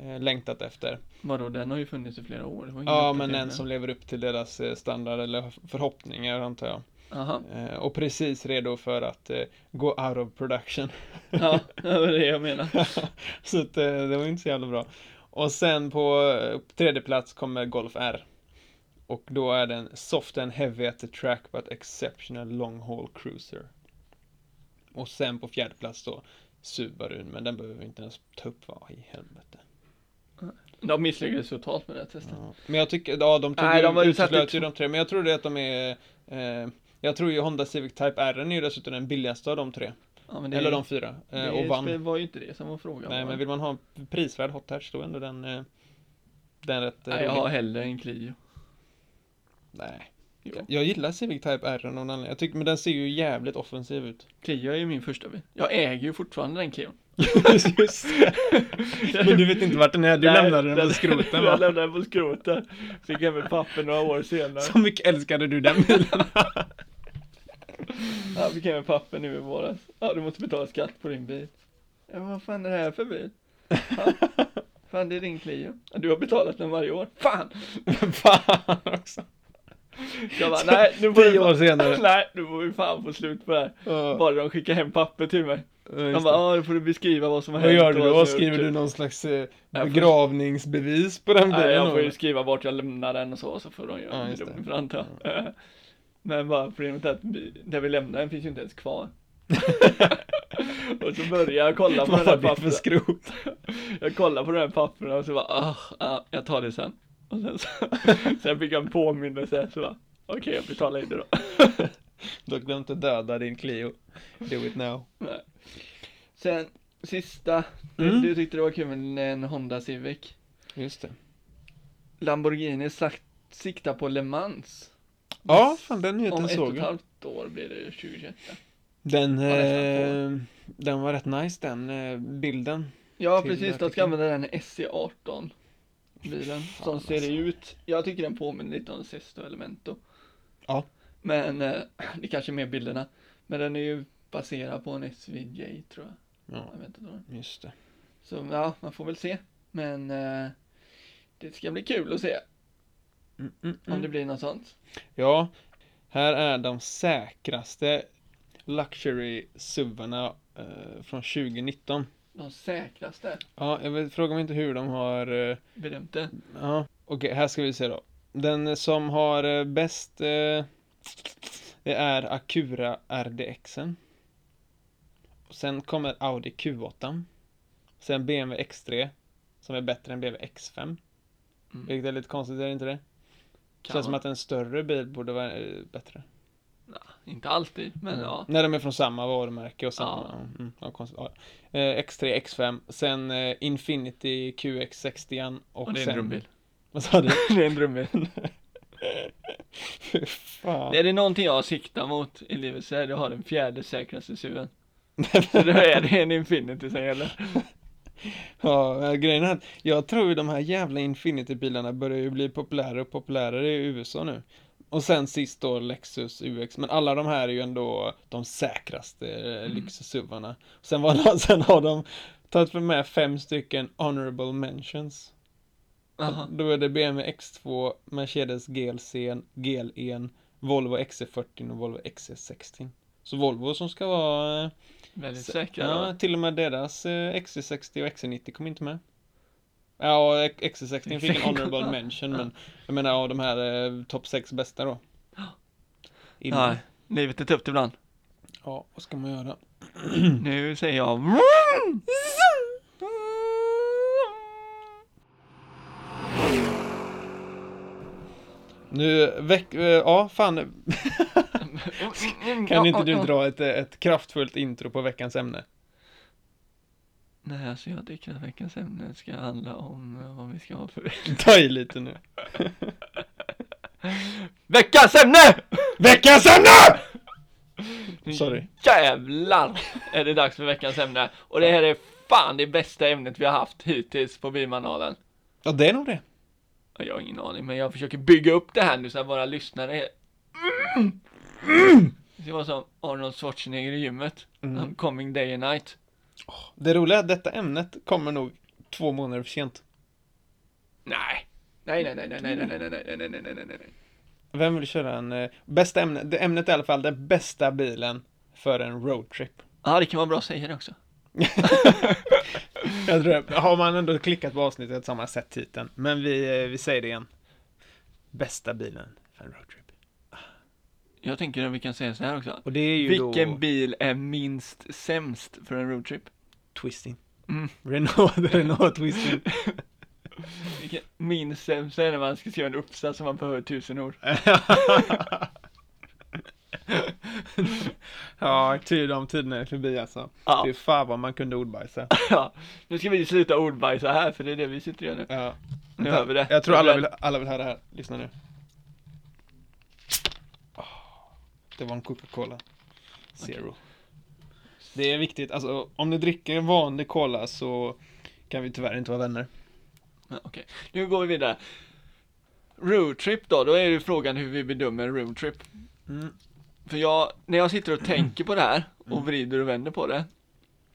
Speaker 1: eh, längtat efter.
Speaker 2: Vadå, den har ju funnits i flera år. Det var ingen
Speaker 1: Ja, men
Speaker 2: uppdatering.
Speaker 1: en som lever upp till deras eh, standard eller förhoppningar antar jag.
Speaker 2: Aha.
Speaker 1: Eh, och precis redo för att eh, gå out of production.
Speaker 2: Ja, det var det jag menar.
Speaker 1: så att, eh, det var inte så jävla bra. Och sen på eh, tredje plats kommer Golf R. Och då är den soft and heavy at the track but exceptional long haul cruiser. Och sen på fjärde plats då Subaru, men den behöver vi inte ens ta upp, vad i helvete.
Speaker 2: De misslyckades totalt med det här testet.
Speaker 1: Ja. Men jag tycker, ja de tog
Speaker 2: Nej,
Speaker 1: ju,
Speaker 2: de var utsatta
Speaker 1: uteslöt
Speaker 2: i
Speaker 1: ju de tre, men jag tror det att de är eh, jag tror ju Honda Civic Type R är ju dessutom den billigaste av de tre.
Speaker 2: Ja, men
Speaker 1: Eller de fyra. Eh, och vann.
Speaker 2: Det var ju inte det som var frågan.
Speaker 1: Nej,
Speaker 2: va?
Speaker 1: men vill man ha en prisvärd hot hatch då är ändå den, eh, den rätt eh,
Speaker 2: Nej, jag
Speaker 1: rolig.
Speaker 2: har hellre en Clio.
Speaker 1: Nej.
Speaker 2: Jo.
Speaker 1: Jag gillar Civic Type R av någon anledning. Jag tycker, men den ser ju jävligt offensiv ut.
Speaker 2: Clio är ju min första bil. Jag äger ju fortfarande den Clion.
Speaker 1: Just det. Men du vet inte vart den är, du
Speaker 2: Nej,
Speaker 1: lämnade den på skroten
Speaker 2: Jag
Speaker 1: va?
Speaker 2: lämnade den på skroten. Fick hem med papper några år senare.
Speaker 1: Så mycket älskade du den bilen.
Speaker 2: Ja, fick hem med papper nu i våras. Ja, du måste betala skatt på din bil. Ja, men vad fan är det här för bil? Ja. Fan, det är din Clio. Ja, Du har betalat den varje år. Fan!
Speaker 1: Fan också.
Speaker 2: Jag bara, nej, nu får
Speaker 1: Tio
Speaker 2: vi
Speaker 1: år
Speaker 2: fan-
Speaker 1: senare.
Speaker 2: Nej, nu får vi fan få slut på det här.
Speaker 1: Ja,
Speaker 2: Bara de skickar hem papper till mig.
Speaker 1: just
Speaker 2: De bara,
Speaker 1: det.
Speaker 2: ja, Alltså, då får du beskriva vad som har
Speaker 1: Vad
Speaker 2: hänt.
Speaker 1: gör du
Speaker 2: och vad
Speaker 1: då?
Speaker 2: som typ." har gjort
Speaker 1: Skriver du
Speaker 2: det."
Speaker 1: någon slags eh,
Speaker 2: Jag får-
Speaker 1: begravningsbevis på den
Speaker 2: Nej,
Speaker 1: bilen?
Speaker 2: jag får
Speaker 1: då?
Speaker 2: ju skriva vart jag lämnar den och så, så får de göra
Speaker 1: Ja,
Speaker 2: en
Speaker 1: just det.
Speaker 2: bedömning för antar jag. Eh, Men bara problemet är att vi- där vi lämnar den finns ju inte ens kvar. och så börjar jag kolla på
Speaker 1: Vad
Speaker 2: den här
Speaker 1: var det för
Speaker 2: pappren.
Speaker 1: skrot?
Speaker 2: Jag kollar på den här pappren och så bara, ah, ah, jag tar det sen. Och sen, så, sen fick jag en påminnelse, så bara, okej, jag betalar inte då.
Speaker 1: Du har glömt att döda din Clio. Do it now.
Speaker 2: Nej. Sen, sista. Du,
Speaker 1: Mm.
Speaker 2: du tyckte det var kul med en Honda Civic.
Speaker 1: Just det.
Speaker 2: Lamborghini sagt, siktar på Le Mans.
Speaker 1: Ja, fan den
Speaker 2: Om
Speaker 1: nyheten
Speaker 2: ett och
Speaker 1: såg
Speaker 2: ett
Speaker 1: jag.
Speaker 2: halvt år blir det 2021.
Speaker 1: Den,
Speaker 2: Ja,
Speaker 1: eh,
Speaker 2: nästan
Speaker 1: den var rätt nice den eh, bilden.
Speaker 2: Ja,
Speaker 1: Till
Speaker 2: precis. De ska
Speaker 1: artikeln.
Speaker 2: använda den SC18 bilen
Speaker 1: Fan,
Speaker 2: som ser
Speaker 1: alltså.
Speaker 2: ut. Jag tycker den påminner lite om Sesto Elemento.
Speaker 1: Ja.
Speaker 2: Men eh, det kanske är mer bilderna. Men den är ju baserad på en SVJ tror jag.
Speaker 1: Ja,
Speaker 2: jag vet inte vad den-
Speaker 1: just det.
Speaker 2: Så ja, man får väl se. Men eh, det ska bli kul att se
Speaker 1: Mm, mm,
Speaker 2: om det
Speaker 1: mm.
Speaker 2: blir något sånt.
Speaker 1: Ja, Här är de säkraste Luxury-SUVarna eh, från 2019.
Speaker 2: De säkraste
Speaker 1: Ja, jag vet, fråga mig inte hur de har... Eh,
Speaker 2: bedömt det.
Speaker 1: ja, okej, här ska vi se då. Den som har eh, bäst... Eh, det är Acura RDXen. Och sen kommer Audi Q8. Sen BMW X3. Som är bättre än BMW X5.
Speaker 2: Mm.
Speaker 1: Vilket är lite konstigt, är det inte det?
Speaker 2: Kan
Speaker 1: Känns som
Speaker 2: man.
Speaker 1: att en större bil borde vara eh, bättre. Mm.
Speaker 2: Inte alltid, men ja.
Speaker 1: När de är från samma varumärke och samma...
Speaker 2: Ja.
Speaker 1: Ja. Mm, ja, konstigt. Ja, ja. Eh, X3, X5, sen eh, Infinity QX60 och,
Speaker 2: Och, det är
Speaker 1: sen...
Speaker 2: en drömbil.
Speaker 1: Vad sa du?
Speaker 2: det är en drömbil.
Speaker 1: Fy fan.
Speaker 2: Är det någonting jag siktar mot i livet så är det att ha den fjärde säkraste SUVen. Så då är det en Infinity som gäller.
Speaker 1: Ja, eh, grejen är att jag tror ju de här jävla Infinity-bilarna börjar ju bli populärare och populärare i USA nu. Och sen sist då Lexus UX, men alla de här är ju ändå de säkraste mm. lyxsuvarna. Sen, var, sen har de tagit för med fem stycken honorable mentions.
Speaker 2: Jaha.
Speaker 1: Då är det BMW X2, Mercedes GLC, GLE, E, Volvo XC40 och Volvo XC60. Så Volvo som ska vara... eh,
Speaker 2: Väldigt
Speaker 1: så-
Speaker 2: säkra.
Speaker 1: Ja,
Speaker 2: då.
Speaker 1: till och med deras eh, XC60 och XC90 kom inte med. Ja, och XC60 fick en honorable mention, men jag menar av de här eh, topp 6 bästa då. Illa.
Speaker 2: Nej, livet är tufft ibland.
Speaker 1: Ja, vad ska man göra? Mm.
Speaker 2: Nu säger jag
Speaker 1: Nu, veck... eh, Ja, fan. Kan inte du dra ett, eh, ett kraftfullt intro på veckans ämne?
Speaker 2: Nej, alltså jag tycker att veckans ämne ska handla om eh, vad vi ska ha för
Speaker 1: Ta i lite nu.
Speaker 2: Veckans ämne!
Speaker 1: Veckans ämne! Sorry.
Speaker 2: Jävlar! Är det dags för veckans ämne. Och det här är fan det bästa ämnet vi har haft hittills på Bilmanalen.
Speaker 1: Ja, det är nog det.
Speaker 2: Ja, Jag har ingen aning, men jag försöker bygga upp det här nu så att våra lyssnare är... Mm! Det ska vara som Arnold Schwarzenegger i gymmet. I'm coming day and night.
Speaker 1: Det roliga är att detta ämnet kommer nog två månader för sent.
Speaker 2: Nej. Nej, nej, nej, nej, nej, nej, nej, nej, nej, nej, nej, nej, nej.
Speaker 1: Vem vill köra en... eh, Bästa ämne, det ämnet är i alla fall den bästa bilen för en roadtrip.
Speaker 2: Ja, det kan vara bra att säga det också.
Speaker 1: Jag tror det. Har man ändå klickat på avsnittet så har man sett titeln. Men vi, eh, vi säger det igen. Bästa bilen för en roadtrip.
Speaker 2: Jag tänker att vi kan säga så här också.
Speaker 1: Och det är ju
Speaker 2: Vilken
Speaker 1: då
Speaker 2: bil är minst sämst för en roadtrip?
Speaker 1: Twisting.
Speaker 2: Mm.
Speaker 1: Renault, Renault Twisting.
Speaker 2: Vilken minst sämst är när man ska skriva en uppsats som man behöver tusen ord.
Speaker 1: ja, tid de tiderna är förbi alltså.
Speaker 2: Ja.
Speaker 1: Det är fan vad man kunde ordbajsa.
Speaker 2: Typ. Ja, nu ska vi sluta ordbajsa här för det är det vi sitter och gör nu.
Speaker 1: Ja.
Speaker 2: Nu hör vi det.
Speaker 1: Jag tror alla vill, alla vill höra det här. Lyssna nu. Åh, Det var en Coca-Cola. Zero. Det är viktigt. Alltså, om ni dricker en vanlig cola så kan vi tyvärr inte vara vänner.
Speaker 2: Ja, Okej, nu går vi vidare. Roadtrip då, då är ju frågan hur vi bedömer roadtrip.
Speaker 1: Mm.
Speaker 2: För jag, när jag sitter och tänker på det här och vrider och vänder på det,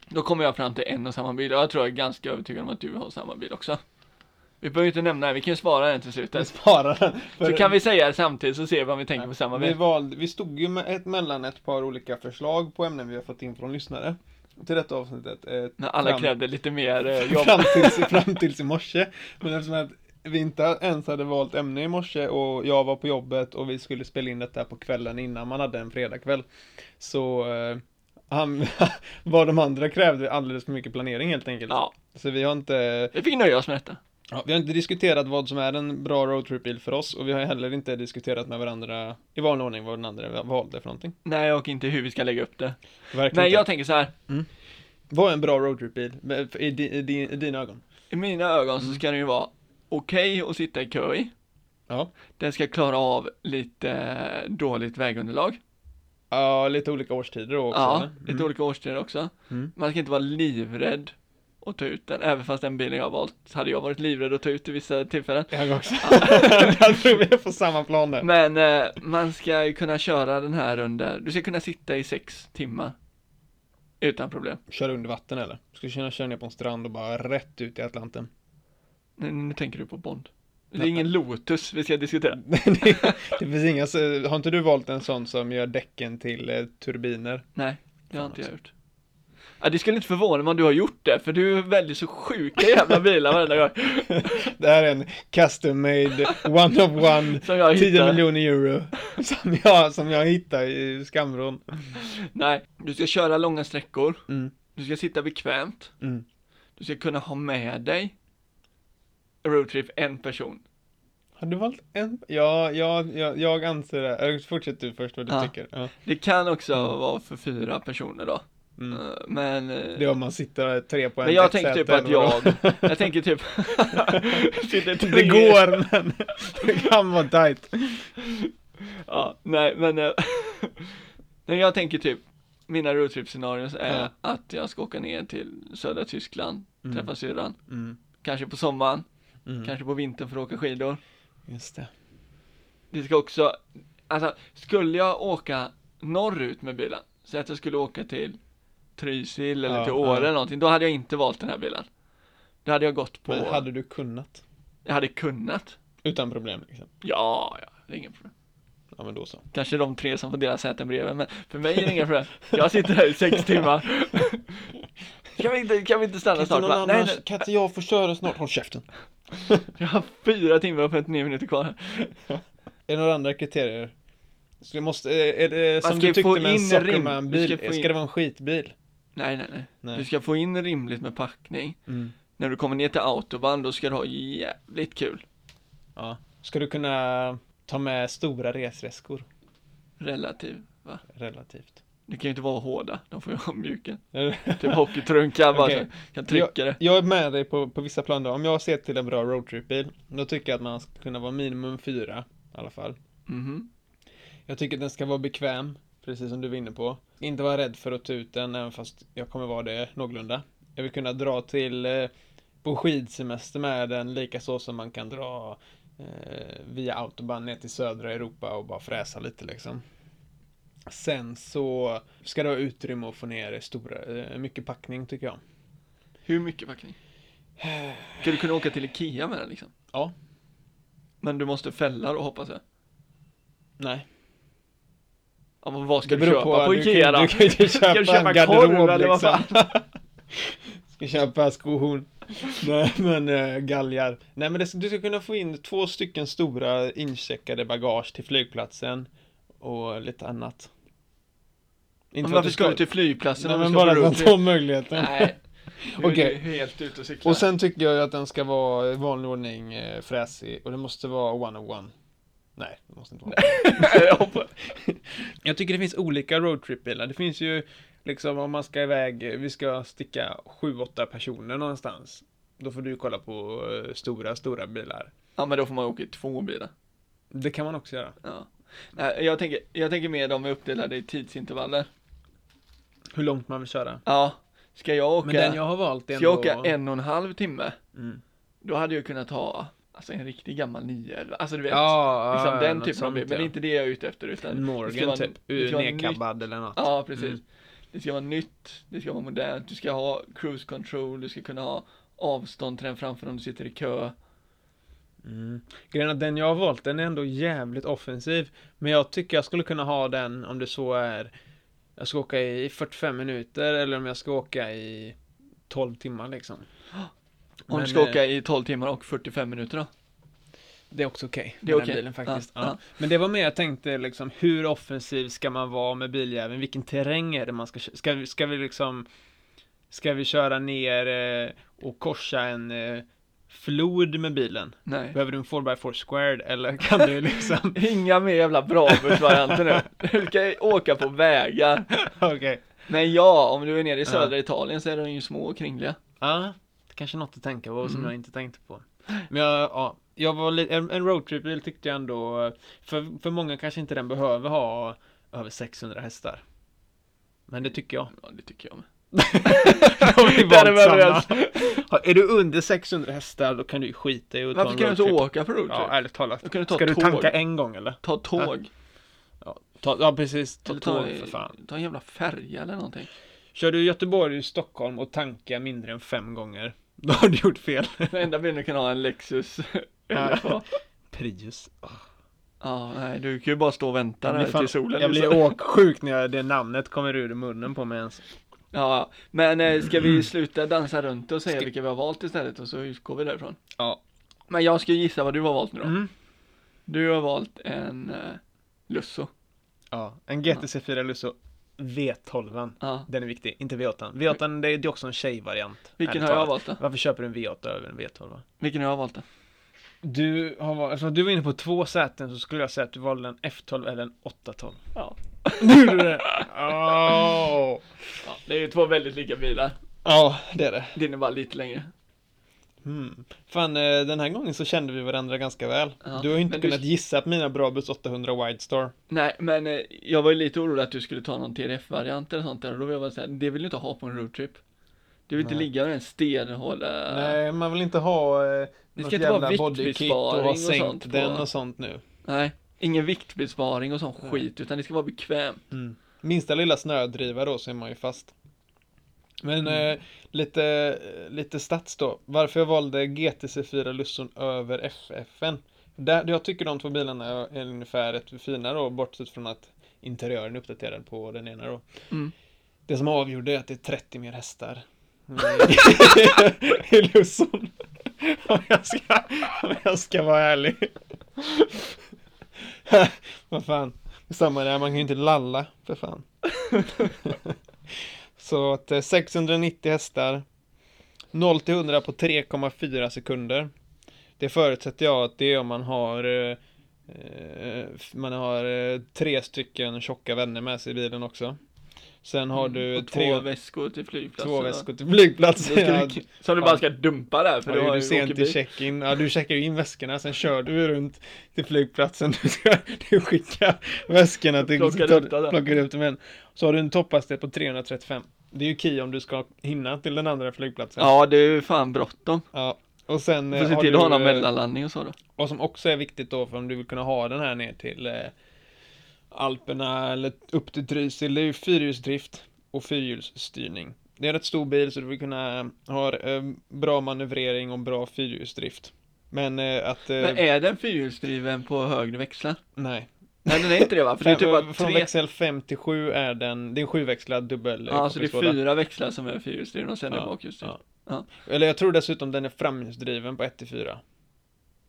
Speaker 2: då kommer jag fram till en och samma bil och jag tror jag är ganska övertygad om att du har samma bil också. Vi behöver ju inte nämna den, vi kan ju svara den till
Speaker 1: Vi
Speaker 2: slutet.
Speaker 1: sparar den. för-
Speaker 2: Så kan vi säga det samtidigt så ser vi om vi tänker på samma
Speaker 1: Mm. vi,
Speaker 2: bil.
Speaker 1: valde, vi stod ju med ett, mellan ett par olika förslag på ämnen vi har fått in från lyssnare. Till detta avsnittet. Eh,
Speaker 2: När alla
Speaker 1: fram-
Speaker 2: krävde lite mer eh, jobb.
Speaker 1: Fram tills, fram tills i morse. Men eftersom att vi inte ens hade valt ämne i morse och jag var på jobbet och vi skulle spela in detta på kvällen innan man hade en fredagkväll. Så eh, han, vad de andra krävde alldeles för mycket planering helt enkelt.
Speaker 2: Ja,
Speaker 1: Så vi har inte,
Speaker 2: vi fick nöja oss med detta.
Speaker 1: ja, vi har inte diskuterat vad som är en bra roadtrip-bil för oss och vi har heller inte diskuterat med varandra i vanlig ordning vad den andra valde för någonting.
Speaker 2: Nej, och inte hur vi ska lägga upp det.
Speaker 1: Verkligen
Speaker 2: Nej,
Speaker 1: inte.
Speaker 2: jag tänker så här.
Speaker 1: Vad är en bra roadtrip-bil eh, i, di, i, di, i dina ögon?
Speaker 2: I mina ögon så ska det ju vara okej att sitta i kö i.
Speaker 1: Ja.
Speaker 2: Den ska klara av lite eh, dåligt vägunderlag.
Speaker 1: Ja, lite olika årstider också.
Speaker 2: ja,
Speaker 1: eller?
Speaker 2: lite olika årstider också.
Speaker 1: Mm.
Speaker 2: Man ska inte vara livrädd att ta ut den, även fast den bilen jag har valt så hade jag varit livrädd att ta ut i vissa tillfällen.
Speaker 1: Jag också. jag tror vi är på samma plan där.
Speaker 2: Men eh, man ska ju kunna köra den här under, du ska kunna sitta i sex timmar. Utan problem.
Speaker 1: Kör under vatten eller? Ska du kunna köra ner på en strand och bara rätt ut i Atlanten?
Speaker 2: Nu, nu tänker du på Bond. Det är ingen Lotus vi ska diskutera.
Speaker 1: det, det finns inga, så- har inte du valt en sån som gör däcken till eh, turbiner?
Speaker 2: Nej, det har
Speaker 1: Fan
Speaker 2: inte jag gjort. alltså. Ja, det skulle inte förvåna mig om du har gjort det, för du väljer så sjuka jävla bilar varenda gång.
Speaker 1: Det här är en custom made, one of one,
Speaker 2: Som jag
Speaker 1: 10
Speaker 2: hittar.
Speaker 1: miljoner euro. Som jag, som jag hittade i skamvrån.
Speaker 2: Nej, du ska köra långa sträckor.
Speaker 1: Mm,
Speaker 2: Du ska sitta bekvämt.
Speaker 1: mm.
Speaker 2: Du ska kunna ha med dig en roadtrip en person.
Speaker 1: Har du valt en? Ja, ja, ja jag anser det. Eh, Fortsätt du först vad du
Speaker 2: Ja.
Speaker 1: tycker. Ja.
Speaker 2: Det kan också vara för fyra personer då.
Speaker 1: Mm.
Speaker 2: Eh, Men, eh,
Speaker 1: Det är om man sitter tre på en
Speaker 2: men jag tänker
Speaker 1: täcksäte
Speaker 2: typ
Speaker 1: eller
Speaker 2: att
Speaker 1: vadå?
Speaker 2: jag, jag tänker typ, sitter
Speaker 1: Det
Speaker 2: tre-
Speaker 1: går, men det kan vara tight.
Speaker 2: Ja, nej men eh, Nej jag tänker typ Mina roadtrip-scenarion är
Speaker 1: Ja.
Speaker 2: att jag ska åka ner till södra Tyskland
Speaker 1: Mm.
Speaker 2: Träffa syrran
Speaker 1: Mm,
Speaker 2: Kanske på sommaren,
Speaker 1: mm.
Speaker 2: kanske på vintern för att åka skidor
Speaker 1: Just det.
Speaker 2: Det ska också Alltså, skulle jag åka norrut med bilen Säg att jag skulle åka till Trysil eller
Speaker 1: Ja,
Speaker 2: till Åre
Speaker 1: ja.
Speaker 2: eller någonting Då hade jag inte valt den här bilen Då hade jag gått på
Speaker 1: Men hade du kunnat?
Speaker 2: Jag hade kunnat
Speaker 1: Utan problem liksom.
Speaker 2: Ja, ja, det är inget problem
Speaker 1: Ja, men då så.
Speaker 2: Kanske de tre som får dela säten bredvid, men för mig är det inga problem. Jag sitter här i sex timmar. Kan vi inte, kan vi inte stanna snart? Va? Nej, nej,
Speaker 1: kan inte jag få köra snart? Håll käften.
Speaker 2: jag har fyra timmar och 59 minuter kvar.
Speaker 1: Är det några andra kriterier? Så det måste, eh, är det som
Speaker 2: ska
Speaker 1: du
Speaker 2: ju
Speaker 1: tyckte
Speaker 2: få
Speaker 1: med en
Speaker 2: in rim. Du
Speaker 1: Sockerman-bil?
Speaker 2: ska
Speaker 1: Ska,
Speaker 2: få in-
Speaker 1: det vara en skitbil?
Speaker 2: Nej, nej, nej,
Speaker 1: Nej.
Speaker 2: Du ska få in rimligt med packning.
Speaker 1: Mm.
Speaker 2: När du kommer ner till autobahn, då ska du ha jävligt kul.
Speaker 1: Ja. Ska du kunna ta med stora resväskor?
Speaker 2: Relativ, va?
Speaker 1: Relativt.
Speaker 2: Det kan ju inte vara hårda, de får ju vara mjuka.
Speaker 1: Eller-
Speaker 2: Typ hockeytrunkar bara,
Speaker 1: Okej.
Speaker 2: så kan trycka det.
Speaker 1: Jag är med dig på, på vissa plan då. Om jag ser till en bra roadtrip-bil, då tycker jag att man ska kunna vara minimum fyra i alla fall.
Speaker 2: Mhm.
Speaker 1: Jag tycker att den ska vara bekväm, precis som du var inne på. Inte vara rädd för att ta ut den, även fast jag kommer vara det någorlunda. Jag vill kunna dra till eh, på skidsemester med den, lika så som man kan dra eh, via autobahn ner till södra Europa och bara fräsa lite liksom. Sen så ska det ha utrymme att få ner stora, eh, mycket packning tycker jag.
Speaker 2: Hur mycket packning? Ska du kunna åka till Ikea med den liksom?
Speaker 1: Ja.
Speaker 2: Men du måste fälla då hoppas jag.
Speaker 1: Nej.
Speaker 2: Ja, men vad ska
Speaker 1: Det
Speaker 2: du
Speaker 1: beror
Speaker 2: köpa på,
Speaker 1: du kan-
Speaker 2: Ikea då?
Speaker 1: Du kan ju inte köpa,
Speaker 2: du köpa
Speaker 1: en
Speaker 2: korv,
Speaker 1: garderob
Speaker 2: eller vad
Speaker 1: liksom. ska köpa skohorn. Nej men äh, galgar. Nej men det, du ska kunna få in två stycken stora incheckade bagage till flygplatsen. Och lite annat. Inte
Speaker 2: Men
Speaker 1: för att
Speaker 2: varför ska du
Speaker 1: ska-
Speaker 2: till flygplatsen
Speaker 1: Nej
Speaker 2: om du
Speaker 1: men
Speaker 2: ska
Speaker 1: bara
Speaker 2: på
Speaker 1: för att få
Speaker 2: roadtrip?
Speaker 1: möjligheten.
Speaker 2: Nej, nu är
Speaker 1: Okej.
Speaker 2: du helt ute och cyklar.
Speaker 1: Och sen tycker jag ju att den ska vara i vanlig ordning eh, fräsig. Och det måste vara one on one. Nej, det måste inte vara.
Speaker 2: Jag hoppar-
Speaker 1: Jag tycker det finns olika roadtrip-bilar. Det finns ju liksom om man ska iväg, vi ska sticka 7-8 personer någonstans. Då får du kolla på eh, stora, stora bilar.
Speaker 2: ja, men då får man åka i två bilar.
Speaker 1: Det kan man också göra.
Speaker 2: Ja. Nej, jag tänker, jag tänker mer de är uppdelade i tidsintervaller.
Speaker 1: Hur långt man vill köra.
Speaker 2: Ja, ska jag åka,
Speaker 1: Men den jag har valt är
Speaker 2: ska
Speaker 1: ändå...
Speaker 2: jag åka en och en halv timme,
Speaker 1: Mm.
Speaker 2: då hade jag kunnat ha Alltså en riktig gammal 911, alltså du vet,
Speaker 1: Ja,
Speaker 2: liksom
Speaker 1: ja,
Speaker 2: den
Speaker 1: något
Speaker 2: typen av
Speaker 1: sånt,
Speaker 2: bil, men
Speaker 1: ja.
Speaker 2: det är inte det jag är ute efter utan
Speaker 1: En
Speaker 2: det ska vara
Speaker 1: Morgan
Speaker 2: en-
Speaker 1: typ,
Speaker 2: det ska vara en
Speaker 1: nedkabbad eller något.
Speaker 2: Ja, precis.
Speaker 1: Mm.
Speaker 2: Det ska vara nytt, det ska vara modernt, du ska ha cruise control, du ska kunna ha avstånd till den framför om du sitter i kö.
Speaker 1: Mm. Grejen är att den jag har valt, den är ändå jävligt offensiv. Men jag tycker jag skulle kunna ha den om det så är jag ska åka i 45 minuter eller om jag ska åka i 12 timmar liksom.
Speaker 2: Om
Speaker 1: Men,
Speaker 2: du ska
Speaker 1: eh,
Speaker 2: åka i 12 timmar och 45 minuter då?
Speaker 1: Det är också okej.
Speaker 2: Det är
Speaker 1: med den
Speaker 2: okej.
Speaker 1: bilen faktiskt.
Speaker 2: Ja,
Speaker 1: Ja,
Speaker 2: ja.
Speaker 1: Men det var mer jag tänkte liksom, hur offensiv ska man vara med biljäveln? Vilken terräng är det man ska köra? Ska, vi- ska vi liksom, ska vi köra ner eh, och korsa en eh, flod med bilen?
Speaker 2: Nej.
Speaker 1: Behöver du en 4x4 squared eller kan du liksom,
Speaker 2: Inga mer jävla Brabus-varianter nu. Du ska ju åka på vägar.
Speaker 1: okej.
Speaker 2: Men ja, om du är nere i
Speaker 1: Ja.
Speaker 2: södra Italien så är de ju små och kringliga.
Speaker 1: Ja, det kanske är något att tänka på som
Speaker 2: Mm.
Speaker 1: jag inte tänkte på. Men jag, ja, jag var li- en, en roadtrip-bil tyckte jag ändå, för, för många kanske inte den behöver ha över 600 hästar. Men det tycker jag.
Speaker 2: Ja, det tycker jag med.
Speaker 1: Då har vi
Speaker 2: Där är
Speaker 1: valt
Speaker 2: vi
Speaker 1: samma.
Speaker 2: överens.
Speaker 1: Ja, Är du under 600 hästar då kan du ju skita i att
Speaker 2: Varför kan du
Speaker 1: en
Speaker 2: inte
Speaker 1: roadtrip.
Speaker 2: åka på roadtrip?
Speaker 1: Ja, ärligt talat.
Speaker 2: Då kan du ta
Speaker 1: Ska du
Speaker 2: tåg.
Speaker 1: tanka en gång eller?
Speaker 2: Ta tåg.
Speaker 1: Ta, ja, precis. Ta
Speaker 2: Eller ta,
Speaker 1: tåg för fan.
Speaker 2: ta en jävla färja eller någonting.
Speaker 1: Kör du Göteborg, Stockholm och tankar mindre än fem gånger, då har du gjort fel.
Speaker 2: Den enda bilen du kan ha är en Lexus Eller vad?
Speaker 1: Prius. Åh,
Speaker 2: Ja, nej, du kan ju bara stå och vänta
Speaker 1: Jag
Speaker 2: där
Speaker 1: blir, fan,
Speaker 2: till solen
Speaker 1: jag blir
Speaker 2: lyser.
Speaker 1: åksjuk när jag, det namnet kommer ur munnen på mig ens.
Speaker 2: Ja, men eh, ska vi sluta dansa runt och säga
Speaker 1: Mm. Ska-
Speaker 2: vilka vi har valt istället och så utgår vi därifrån?
Speaker 1: Ja.
Speaker 2: Men jag ska gissa vad du har valt nu då.
Speaker 1: Mm.
Speaker 2: Du har valt en eh, Lusso.
Speaker 1: Ja, en GTC 4 Lusso V12.
Speaker 2: Ja.
Speaker 1: Den är viktig, inte V8. V8 det är ju också en tjejvariant.
Speaker 2: Vilken
Speaker 1: ärligt
Speaker 2: har jag
Speaker 1: talat.
Speaker 2: valt då?
Speaker 1: Varför köper du en V8 över en V12?
Speaker 2: Vilken har jag valt då?
Speaker 1: Du har valt, eftersom du var inne på två säten så skulle jag säga att du valde en F12 eller en 812.
Speaker 2: Ja.
Speaker 1: Nu gjorde du det! Åh.
Speaker 2: ja. Det är ju två väldigt lika bilar.
Speaker 1: Ja, det är det.
Speaker 2: Din är bara lite längre.
Speaker 1: Mm. Fan, eh, den här gången så kände vi varandra ganska väl.
Speaker 2: Ja,
Speaker 1: du har ju inte
Speaker 2: men du-
Speaker 1: kunnat gissa på mina Brabus 800 Widestar.
Speaker 2: Nej, men eh, jag var ju lite orolig att du skulle ta någon TDF-variant eller sånt där och då var jag bara såhär, det vill du inte ha på en roadtrip. Du vill inte
Speaker 1: Nej.
Speaker 2: ligga med en stenhål. eh,
Speaker 1: Nej, man vill inte ha eh,
Speaker 2: Det
Speaker 1: något
Speaker 2: ska inte vara
Speaker 1: jävla bodykit och
Speaker 2: viktbesparing
Speaker 1: ha
Speaker 2: och
Speaker 1: sänkt
Speaker 2: sånt på-
Speaker 1: den och sånt nu.
Speaker 2: Nej, ingen viktbesparing och sån
Speaker 1: Nej.
Speaker 2: skit, utan det ska vara bekvämt.
Speaker 1: Mm. Minsta lilla snödriva då så är man ju fast. Men
Speaker 2: Mm.
Speaker 1: eh, lite, lite stats då. Varför jag valde GTC 4 Lusson över FFN. Där, jag tycker de två bilarna är ungefär rätt fina då, bortsett från att interiören är uppdaterad på den ena då.
Speaker 2: Mm.
Speaker 1: Det som avgjorde är att det är 30 mer hästar. I Lusson. Om jag ska, om jag ska vara ärlig. Vad fan. Det är Samma där, man kan ju inte lalla för fan. Så att eh, 690 hästar. 0 till 100 på 3,4 sekunder. Det förutsätter jag att det är om man har eh, eh, man har eh, tre stycken tjocka vänner med sig i bilen också. Sen har du
Speaker 2: Mm, och två
Speaker 1: tre,
Speaker 2: väskor till flygplatsen.
Speaker 1: två
Speaker 2: va?
Speaker 1: väskor till flygplatsen.
Speaker 2: Då ska
Speaker 1: Ja,
Speaker 2: du- Som du bara ska dumpa där för
Speaker 1: Ja,
Speaker 2: du
Speaker 1: är
Speaker 2: har
Speaker 1: du
Speaker 2: ju
Speaker 1: sent i
Speaker 2: åkerbil.
Speaker 1: check-in. Ja, du checkar ju in väskorna, sen kör du runt till flygplatsen. Du, ska, du skickar väskorna till...
Speaker 2: Plockar upp dem.
Speaker 1: plockar upp dem igen. Så har du en topphastighet på 335. Det är ju key om du ska hinna till den andra flygplatsen.
Speaker 2: Ja, det är ju fan bråttom.
Speaker 1: Ja. Och sen
Speaker 2: Du
Speaker 1: eh,
Speaker 2: får se
Speaker 1: har
Speaker 2: till att ha någon
Speaker 1: eh,
Speaker 2: mellanlandning och så då.
Speaker 1: Vad som också är viktigt då, för om du vill kunna ha den här ner till eh, Alperna eller upp till Trysil, det är ju fyrhjulsdrift och fyrhjulsstyrning. Det är en rätt stor bil så du vill kunna ha eh, bra manövrering och bra fyrhjulsdrift. Men eh, att... Eh,
Speaker 2: Men är den fyrhjulsdriven på högre växlar?
Speaker 1: nej.
Speaker 2: Nej, den är inte det va? För det är typ bara
Speaker 1: Fem- Från
Speaker 2: tre.
Speaker 1: växel 5 till 7 är den, det är en sjuväxlad dubbel eh,
Speaker 2: Ja, så det är
Speaker 1: kopplingslåda.
Speaker 2: fyra växlar som är fyrhjulsdrivna och sen är
Speaker 1: Ja,
Speaker 2: det bakhjulsdriven.
Speaker 1: ja. Eller jag tror dessutom den är framhjulsdriven på 1 till 4.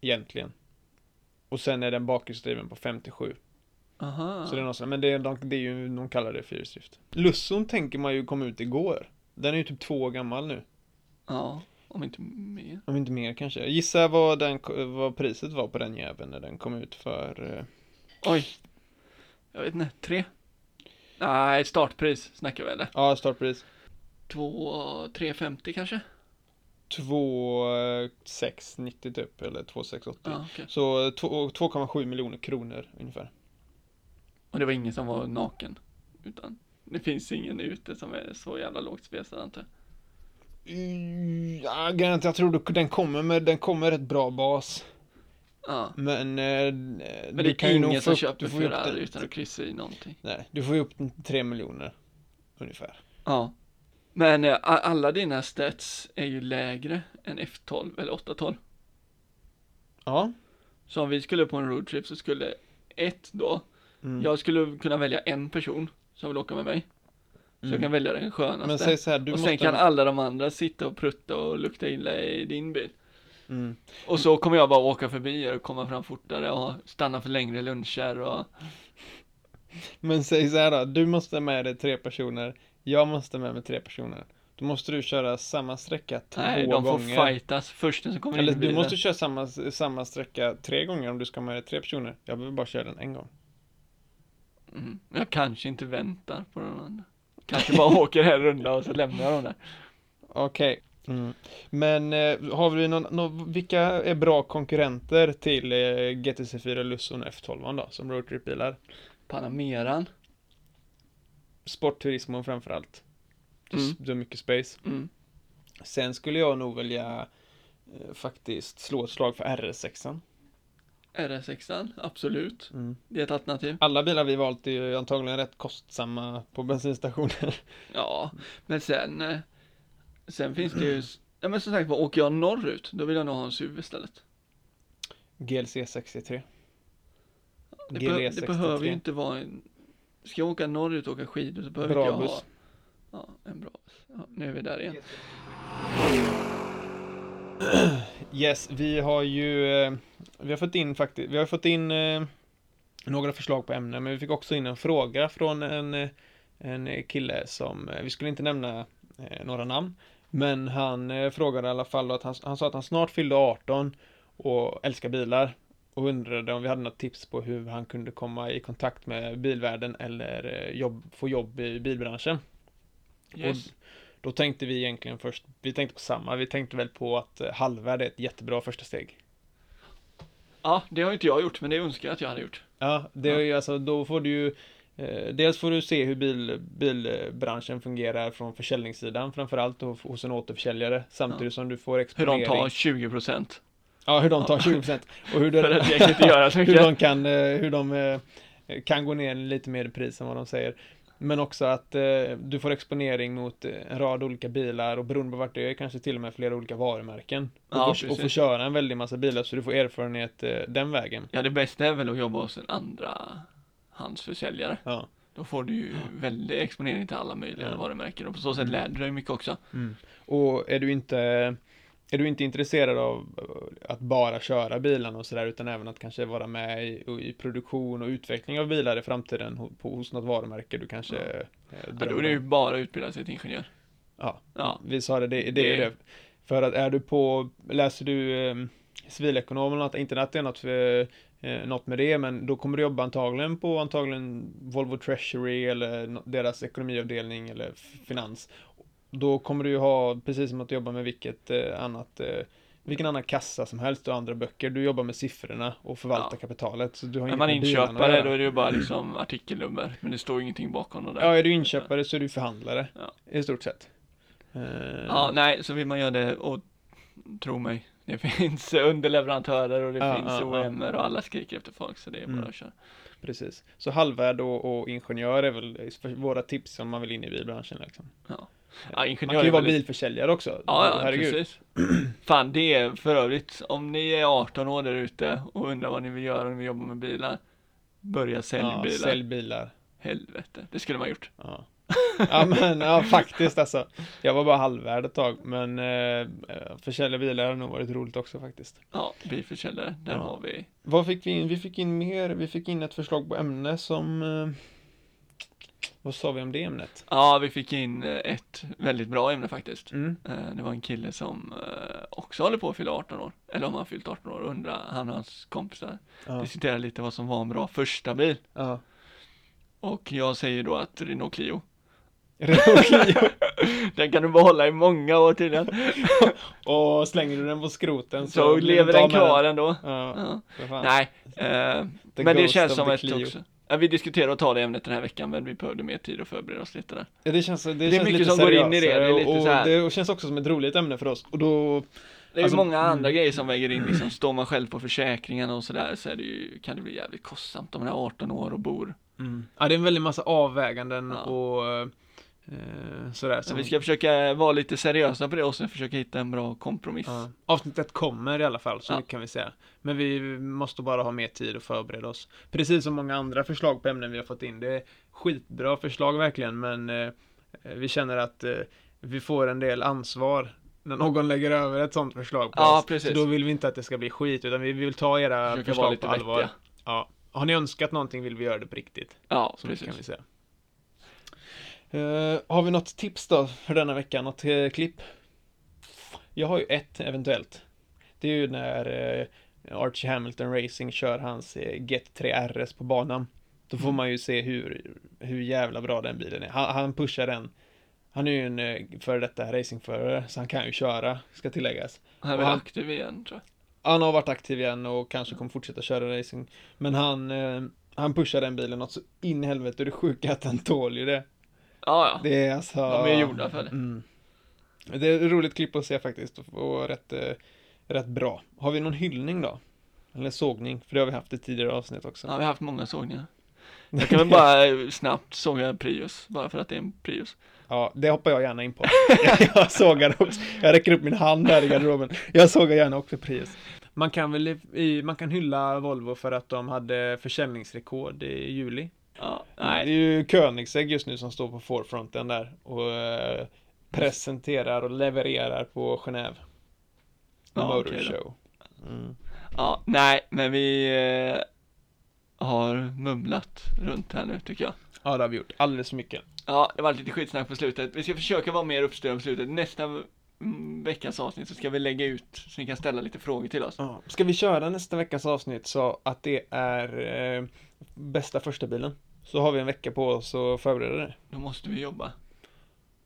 Speaker 1: Egentligen. Och sen är den bakhjulsdriven på 5 till 7.
Speaker 2: Aha.
Speaker 1: Så det är någon sån, men det är, de, det är ju, de kallar det fyrhjulsdrift. Lusson tänker man ju kom ut igår. Den är ju typ två år gammal nu.
Speaker 2: Ja, om inte mer.
Speaker 1: Om inte mer kanske. Gissa vad, den, ko- vad priset var på den jäveln när den kom ut för... eh,
Speaker 2: Oj. Jag vet inte, tre? Nej, startpris snackar vi eller?
Speaker 1: Ja, startpris.
Speaker 2: Två, 350 kanske?
Speaker 1: 2690 eh, typ, eller 2680.
Speaker 2: Ja, okej.
Speaker 1: Så två- 2,7 miljoner kronor ungefär.
Speaker 2: Och det var ingen som var naken. Utan det finns ingen ute som är så jävla lågt spesad antar jag.
Speaker 1: Mm, Ja, garanterat, jag tror du- den kommer med, den kommer rätt bra bas.
Speaker 2: Ja.
Speaker 1: Men, eh,
Speaker 2: Men det är ingen som köper
Speaker 1: du får ju upp
Speaker 2: Ferrari
Speaker 1: den-
Speaker 2: utan att kryssa i någonting.
Speaker 1: Nej, du får ju upp den till 3 miljoner. Ungefär.
Speaker 2: Ja. Men eh, a- alla dina stats är ju lägre än F12 eller 812.
Speaker 1: Ja.
Speaker 2: Så om vi skulle på en roadtrip så skulle ett då,
Speaker 1: Mm.
Speaker 2: jag skulle kunna välja en person som vill åka med mig. Så jag kan välja den skönaste.
Speaker 1: Men säg så här, du
Speaker 2: och sen
Speaker 1: måste...
Speaker 2: kan alla de andra sitta och prutta och lukta illa i din bil.
Speaker 1: mm.
Speaker 2: Och så kommer jag bara åka förbi er och komma fram fortare och stanna för längre luncher och
Speaker 1: Men säg så här då, du måste med dig tre personer, jag måste med mig tre personer. Då måste du köra samma sträcka två
Speaker 2: nej, de får
Speaker 1: gånger.
Speaker 2: fightas först den som kommer
Speaker 1: Eller
Speaker 2: in i bilen.
Speaker 1: du måste köra samma, samma sträcka tre gånger om du ska med dig tre personer. Jag behöver bara köra den en gång.
Speaker 2: Mm. Jag kanske inte väntar på den andra. Kanske bara åker en runda och så lämnar jag dem där.
Speaker 1: Okej. Mm. Men eh, har vi någon, någon, vilka är bra konkurrenter till eh, GTC 4 Lusson F12 då, som roadtrip-bilar?
Speaker 2: Panameran.
Speaker 1: Sportturismen framförallt.
Speaker 2: Mm.
Speaker 1: Du har mycket space.
Speaker 2: Mm.
Speaker 1: Sen skulle jag nog vilja eh, faktiskt slå ett slag för RS6.
Speaker 2: RS6, absolut.
Speaker 1: Mm.
Speaker 2: Det är ett alternativ.
Speaker 1: Alla bilar vi valt är ju antagligen rätt kostsamma på bensinstationer.
Speaker 2: Ja, men sen, eh, sen finns det ju, ja men som sagt var, åker jag norrut, då vill jag nog ha en SUV istället.
Speaker 1: GLC 63.
Speaker 2: Det, be- det
Speaker 1: GL63.
Speaker 2: behöver ju inte vara en... Ska jag åka norrut och åka skidor så behöver
Speaker 1: Bra
Speaker 2: inte jag ha...
Speaker 1: buss.
Speaker 2: Ja, en bra buss. Ja, nu är vi där igen.
Speaker 1: Yes, vi har ju eh, Vi har fått in faktiskt, vi har fått in eh, Några förslag på ämnen, men vi fick också in en fråga från en eh, En kille som, eh, vi skulle inte nämna eh, Några namn Men han eh, frågade i alla fall att han, han sa att han snart fyllde 18 Och älskar bilar Och undrade om vi hade något tips på hur han kunde komma i kontakt med bilvärlden eller eh, jobb, få jobb i bilbranschen
Speaker 2: Yes.
Speaker 1: då tänkte vi egentligen först, vi tänkte på samma, vi tänkte väl på att eh, halvvärde är ett jättebra första steg.
Speaker 2: Ja, det har ju inte jag gjort, men det önskar jag att jag hade gjort.
Speaker 1: Ja, det är ju alltså, då får du ju eh, Dels får du se hur bil, bilbranschen fungerar från försäljningssidan framförallt och hos en återförsäljare samtidigt som du får
Speaker 2: Hur
Speaker 1: exponering.
Speaker 2: de tar 20 procent.
Speaker 1: Ja, hur de tar
Speaker 2: Ja.
Speaker 1: 20% och hur,
Speaker 2: För
Speaker 1: de,
Speaker 2: att jag inte göra så
Speaker 1: hur
Speaker 2: mycket.
Speaker 1: de kan, eh, hur de eh, kan gå ner lite mer i pris än vad de säger. Men också att eh, du får exponering mot eh, en rad olika bilar och beroende på vart du är kanske till och med flera olika varumärken.
Speaker 2: Ja,
Speaker 1: Och, får, och
Speaker 2: precis.
Speaker 1: får köra en väldig massa bilar så du får erfarenhet eh, den vägen.
Speaker 2: Ja, det bästa är väl att jobba hos en andra hands försäljare.
Speaker 1: Ja.
Speaker 2: Då får du ju väldig exponering till alla möjliga
Speaker 1: Ja.
Speaker 2: varumärken och på så sätt lär du dig mycket också.
Speaker 1: Och är du inte är du inte intresserad av eh, att bara köra bilarna och sådär utan även att kanske vara med i, och i produktion och utveckling av bilar i framtiden ho- på, hos något varumärke du kanske eh,
Speaker 2: Ja, då
Speaker 1: drömmer
Speaker 2: är det
Speaker 1: om?
Speaker 2: ju bara att utbilda sig till ingenjör.
Speaker 1: Ja,
Speaker 2: Ja,
Speaker 1: vi sa det, det, det är
Speaker 2: Det-
Speaker 1: det. För att är du på, läser du eh, civilekonom eller något, inte att det är något, för, eh, något med det, men då kommer du jobba antagligen på antagligen Volvo Treasury eller nå- deras ekonomiavdelning eller f- finans. Då kommer du ju ha, precis som att du jobbar med vilket eh, annat eh, vilken annan kassa som helst och andra böcker. Du jobbar med siffrorna och förvaltar
Speaker 2: Ja.
Speaker 1: kapitalet. Så du har
Speaker 2: när
Speaker 1: inget
Speaker 2: man
Speaker 1: med bilarna att
Speaker 2: inköpare
Speaker 1: göra.
Speaker 2: då är det ju bara liksom artikelnummer, men det står ju ingenting bakom det där.
Speaker 1: Ja, är du inköpare så är du förhandlare.
Speaker 2: Ja.
Speaker 1: I stort sett. Eh,
Speaker 2: Ja, nej, så vill man göra det och tro mig, det finns underleverantörer och det
Speaker 1: Ja,
Speaker 2: finns
Speaker 1: ja, ja.
Speaker 2: OMer och alla skriker efter folk så det är bara
Speaker 1: Mm.
Speaker 2: att köra.
Speaker 1: Precis. Så halvvärd och, och ingenjör är väl för- våra tips om man vill in i bilbranschen. Liksom.
Speaker 2: Ja,
Speaker 1: Man
Speaker 2: ingenjör
Speaker 1: kan ju
Speaker 2: är
Speaker 1: vara
Speaker 2: väldigt-
Speaker 1: bilförsäljare också.
Speaker 2: Ja, ja precis. Fan, det är för övrigt, om ni är 18 år där ute och undrar vad ni vill göra när vi jobbar med bilar, börja sälja
Speaker 1: Ja,
Speaker 2: bilar.
Speaker 1: sälj bilar.
Speaker 2: Helvete, det skulle man ha gjort.
Speaker 1: Ja. ja, men ja, faktiskt alltså. Jag var bara halvvärd ett tag, men eh, försälja bilar har nog varit roligt också faktiskt.
Speaker 2: Ja, bilförsäljare, där
Speaker 1: Ja.
Speaker 2: har vi.
Speaker 1: Vad fick vi in? Vi fick in mer. Vi fick in ett förslag på ämne som... Eh, vad sa vi om det ämnet?
Speaker 2: Ja, vi fick in eh, ett väldigt bra ämne faktiskt.
Speaker 1: Mm.
Speaker 2: Eh, Det var en kille som eh, också håller på att fylla 18 år, eller om han fyllt 18 år, undrar han och hans kompisar
Speaker 1: Ja.
Speaker 2: diskuterar lite vad som var en bra första bil.
Speaker 1: ja.
Speaker 2: Och jag säger då att Renault Clio,
Speaker 1: Renault Clio.
Speaker 2: den kan du behålla i många år tydligen.
Speaker 1: Och slänger du den på skroten
Speaker 2: Så,
Speaker 1: så... blir du
Speaker 2: lever
Speaker 1: inte
Speaker 2: den
Speaker 1: av med
Speaker 2: kvar ändå.
Speaker 1: Ja,
Speaker 2: Ja.
Speaker 1: för fan.
Speaker 2: Nej, eh,
Speaker 1: The
Speaker 2: men det
Speaker 1: Ghost
Speaker 2: känns
Speaker 1: of
Speaker 2: som
Speaker 1: the
Speaker 2: ett
Speaker 1: Clio.
Speaker 2: också. Ja, vi diskuterar att ta det ämnet den här veckan, men vi behövde mer tid att förbereda oss lite där.
Speaker 1: Ja, Det känns, det
Speaker 2: är
Speaker 1: känns
Speaker 2: mycket
Speaker 1: lite
Speaker 2: som går in i det,
Speaker 1: seriösare
Speaker 2: det är lite
Speaker 1: och,
Speaker 2: så här.
Speaker 1: och det och känns också som ett roligt ämne för oss. Och då,
Speaker 2: Det är
Speaker 1: Alltså,
Speaker 2: ju många andra grejer som väger in, liksom står man själv på försäkringen och sådär så är det ju, kan det bli jävligt kostsamt om man är 18 år och bor.
Speaker 1: Mm. ja det är en väldig massa avväganden
Speaker 2: Ja.
Speaker 1: och eh, sådär.
Speaker 2: Så
Speaker 1: Som,
Speaker 2: vi ska försöka vara lite seriösa på det och sen försöka hitta en bra kompromiss.
Speaker 1: ja. Avsnittet kommer i alla fall, så
Speaker 2: Ja.
Speaker 1: mycket kan vi säga. Men vi måste bara ha mer tid att förbereda oss. Precis som många andra förslag på ämnen vi har fått in. Det är skitbra förslag verkligen, men eh, vi känner att eh, vi får en del ansvar när någon lägger över ett sånt förslag på
Speaker 2: Ja,
Speaker 1: oss.
Speaker 2: precis.
Speaker 1: Så då vill vi inte att det ska bli skit, utan vi vill ta era
Speaker 2: Försöka vara
Speaker 1: förslag på
Speaker 2: lite
Speaker 1: allvar.
Speaker 2: vettiga.
Speaker 1: Ja. Har ni önskat någonting vill vi göra det på riktigt.
Speaker 2: Ja,
Speaker 1: Så mycket
Speaker 2: precis.
Speaker 1: kan liksom- vi säga. Eh, har vi något tips då för denna vecka? Något eh, klipp? Jag har ju ett eventuellt. Det är ju när eh, Archie Hamilton Racing kör hans eh, Get 3 RS på banan. Då får man ju se hur, hur jävla bra den bilen är. Han, han pushar den. Han är ju en eh, före detta racingförare, så han kan ju köra, ska tilläggas.
Speaker 2: Han är
Speaker 1: Och
Speaker 2: väl
Speaker 1: han-
Speaker 2: aktiv igen tror jag.
Speaker 1: Han har varit aktiv igen och kanske kommer fortsätta köra racing. Men han, eh, han pushar den bilen något så in i helvete. och Det sjuka är att den tål ju det.
Speaker 2: Ja, ja.
Speaker 1: Det är alltså...
Speaker 2: De är gjorda för det.
Speaker 1: Mm. Det är ett roligt klipp att se faktiskt och- och rätt, eh, rätt bra. Har vi någon hyllning då? Eller sågning? För det har vi haft i tidigare avsnitt också.
Speaker 2: Ja, vi har haft många sågningar. Jag kan väl bara eh, snabbt såga Prius, bara för att det är en Prius.
Speaker 1: Ja, det hoppar jag gärna in på. jag sågar också. Jag räcker upp min hand där i garderoben. Jag sågar gärna också Prius. Man kan väl i- i, man kan hylla Volvo för att de hade försäljningsrekord i juli.
Speaker 2: Ja,
Speaker 1: Det
Speaker 2: nej.
Speaker 1: är ju Koenigsegg just nu som står på forefronten där och eh, presenterar och levererar på Genève.
Speaker 2: Ja,
Speaker 1: Motor
Speaker 2: okej då.
Speaker 1: Show. Mm.
Speaker 2: Ja, nej, men vi eh, har mumlat runt här nu tycker jag.
Speaker 1: Ja, det har vi gjort. Alldeles för mycket.
Speaker 2: Ja, det var lite skitsnack på slutet. Vi ska försöka vara mer uppstyrda på slutet. Nästa mm, veckas avsnitt så ska vi lägga ut så ni kan ställa lite frågor till oss.
Speaker 1: Ja. Ska vi köra nästa veckas avsnitt så att det är eh, bästa första bilen? Så har vi en vecka på oss att förbereda det.
Speaker 2: Då måste vi jobba.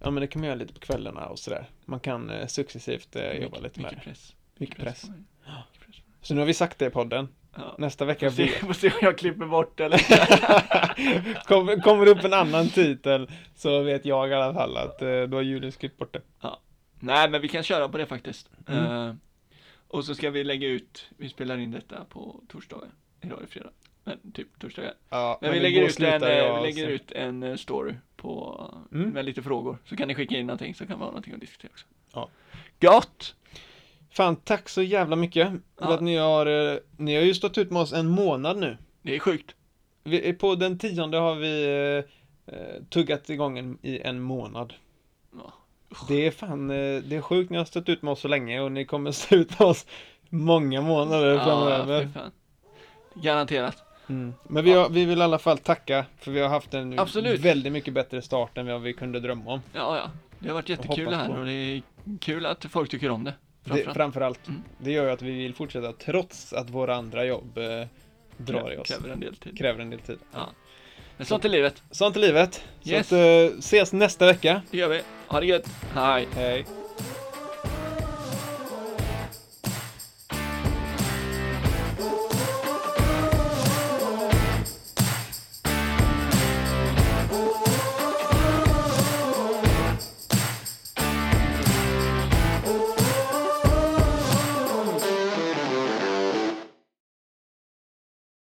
Speaker 1: Ja, men det kan man göra lite på kvällarna och sådär. Man kan eh, successivt eh, jobba
Speaker 2: Mycket-
Speaker 1: lite med
Speaker 2: mycket
Speaker 1: det.
Speaker 2: press.
Speaker 1: Mycket press.
Speaker 2: på mig. Mycket press på mig.
Speaker 1: Så nu har vi sagt det i podden.
Speaker 2: Ja.
Speaker 1: Nästa vecka
Speaker 2: Får se,
Speaker 1: blir...
Speaker 2: får se om jag klipper bort eller
Speaker 1: Kommer kommer upp en annan titel så vet jag i alla fall att eh, då har Julius klippt bort det.
Speaker 2: Nej, men vi kan köra på det faktiskt.
Speaker 1: Mm.
Speaker 2: Eh, och så ska vi lägga ut, vi spelar in detta på torsdagar. Idag är det fredag. Men typ torsdagar.
Speaker 1: Ja,
Speaker 2: Men, vi,
Speaker 1: igår
Speaker 2: lägger ut en,
Speaker 1: slutar
Speaker 2: eh,
Speaker 1: jag
Speaker 2: vi lägger
Speaker 1: se-
Speaker 2: ut en eh, story på,
Speaker 1: Mm.
Speaker 2: med lite frågor. Så kan ni skicka in någonting så kan vi ha någonting att diskutera också.
Speaker 1: Ja.
Speaker 2: Gott!
Speaker 1: Fan, tack så jävla mycket för
Speaker 2: Ja.
Speaker 1: att ni har... eh, Ni har ju stått ut med oss en månad nu.
Speaker 2: Det är sjukt.
Speaker 1: Vi, eh, på den tionde har vi eh, eh, tuggat igång en, i en månad.
Speaker 2: Ja.
Speaker 1: Det är fan, eh, det är sjukt ni har stått ut med oss så länge och ni kommer stå ut med oss många månader
Speaker 2: fy
Speaker 1: framöver.
Speaker 2: fan. Garanterat.
Speaker 1: Mm. Men vi, har, vi vill i alla fall tacka för vi har haft en
Speaker 2: Absolut.
Speaker 1: väldigt mycket bättre start än vad vi kunde drömma om.
Speaker 2: Ja, ja. Det har varit jättekul det
Speaker 1: hoppas
Speaker 2: här
Speaker 1: på.
Speaker 2: och det är kul att folk tycker om det.
Speaker 1: Det,
Speaker 2: Framförallt.
Speaker 1: framförallt.
Speaker 2: Mm.
Speaker 1: Det gör ju att vi vill fortsätta trots att våra andra jobb eh, drar i oss.
Speaker 2: Kräver en del tid.
Speaker 1: Kräver en del tid.
Speaker 2: Ja. Men sånt är livet.
Speaker 1: Sånt är livet.
Speaker 2: Yes.
Speaker 1: Så att, eh, ses nästa vecka.
Speaker 2: Det gör vi. Ha det gött. Hej.
Speaker 1: Hej.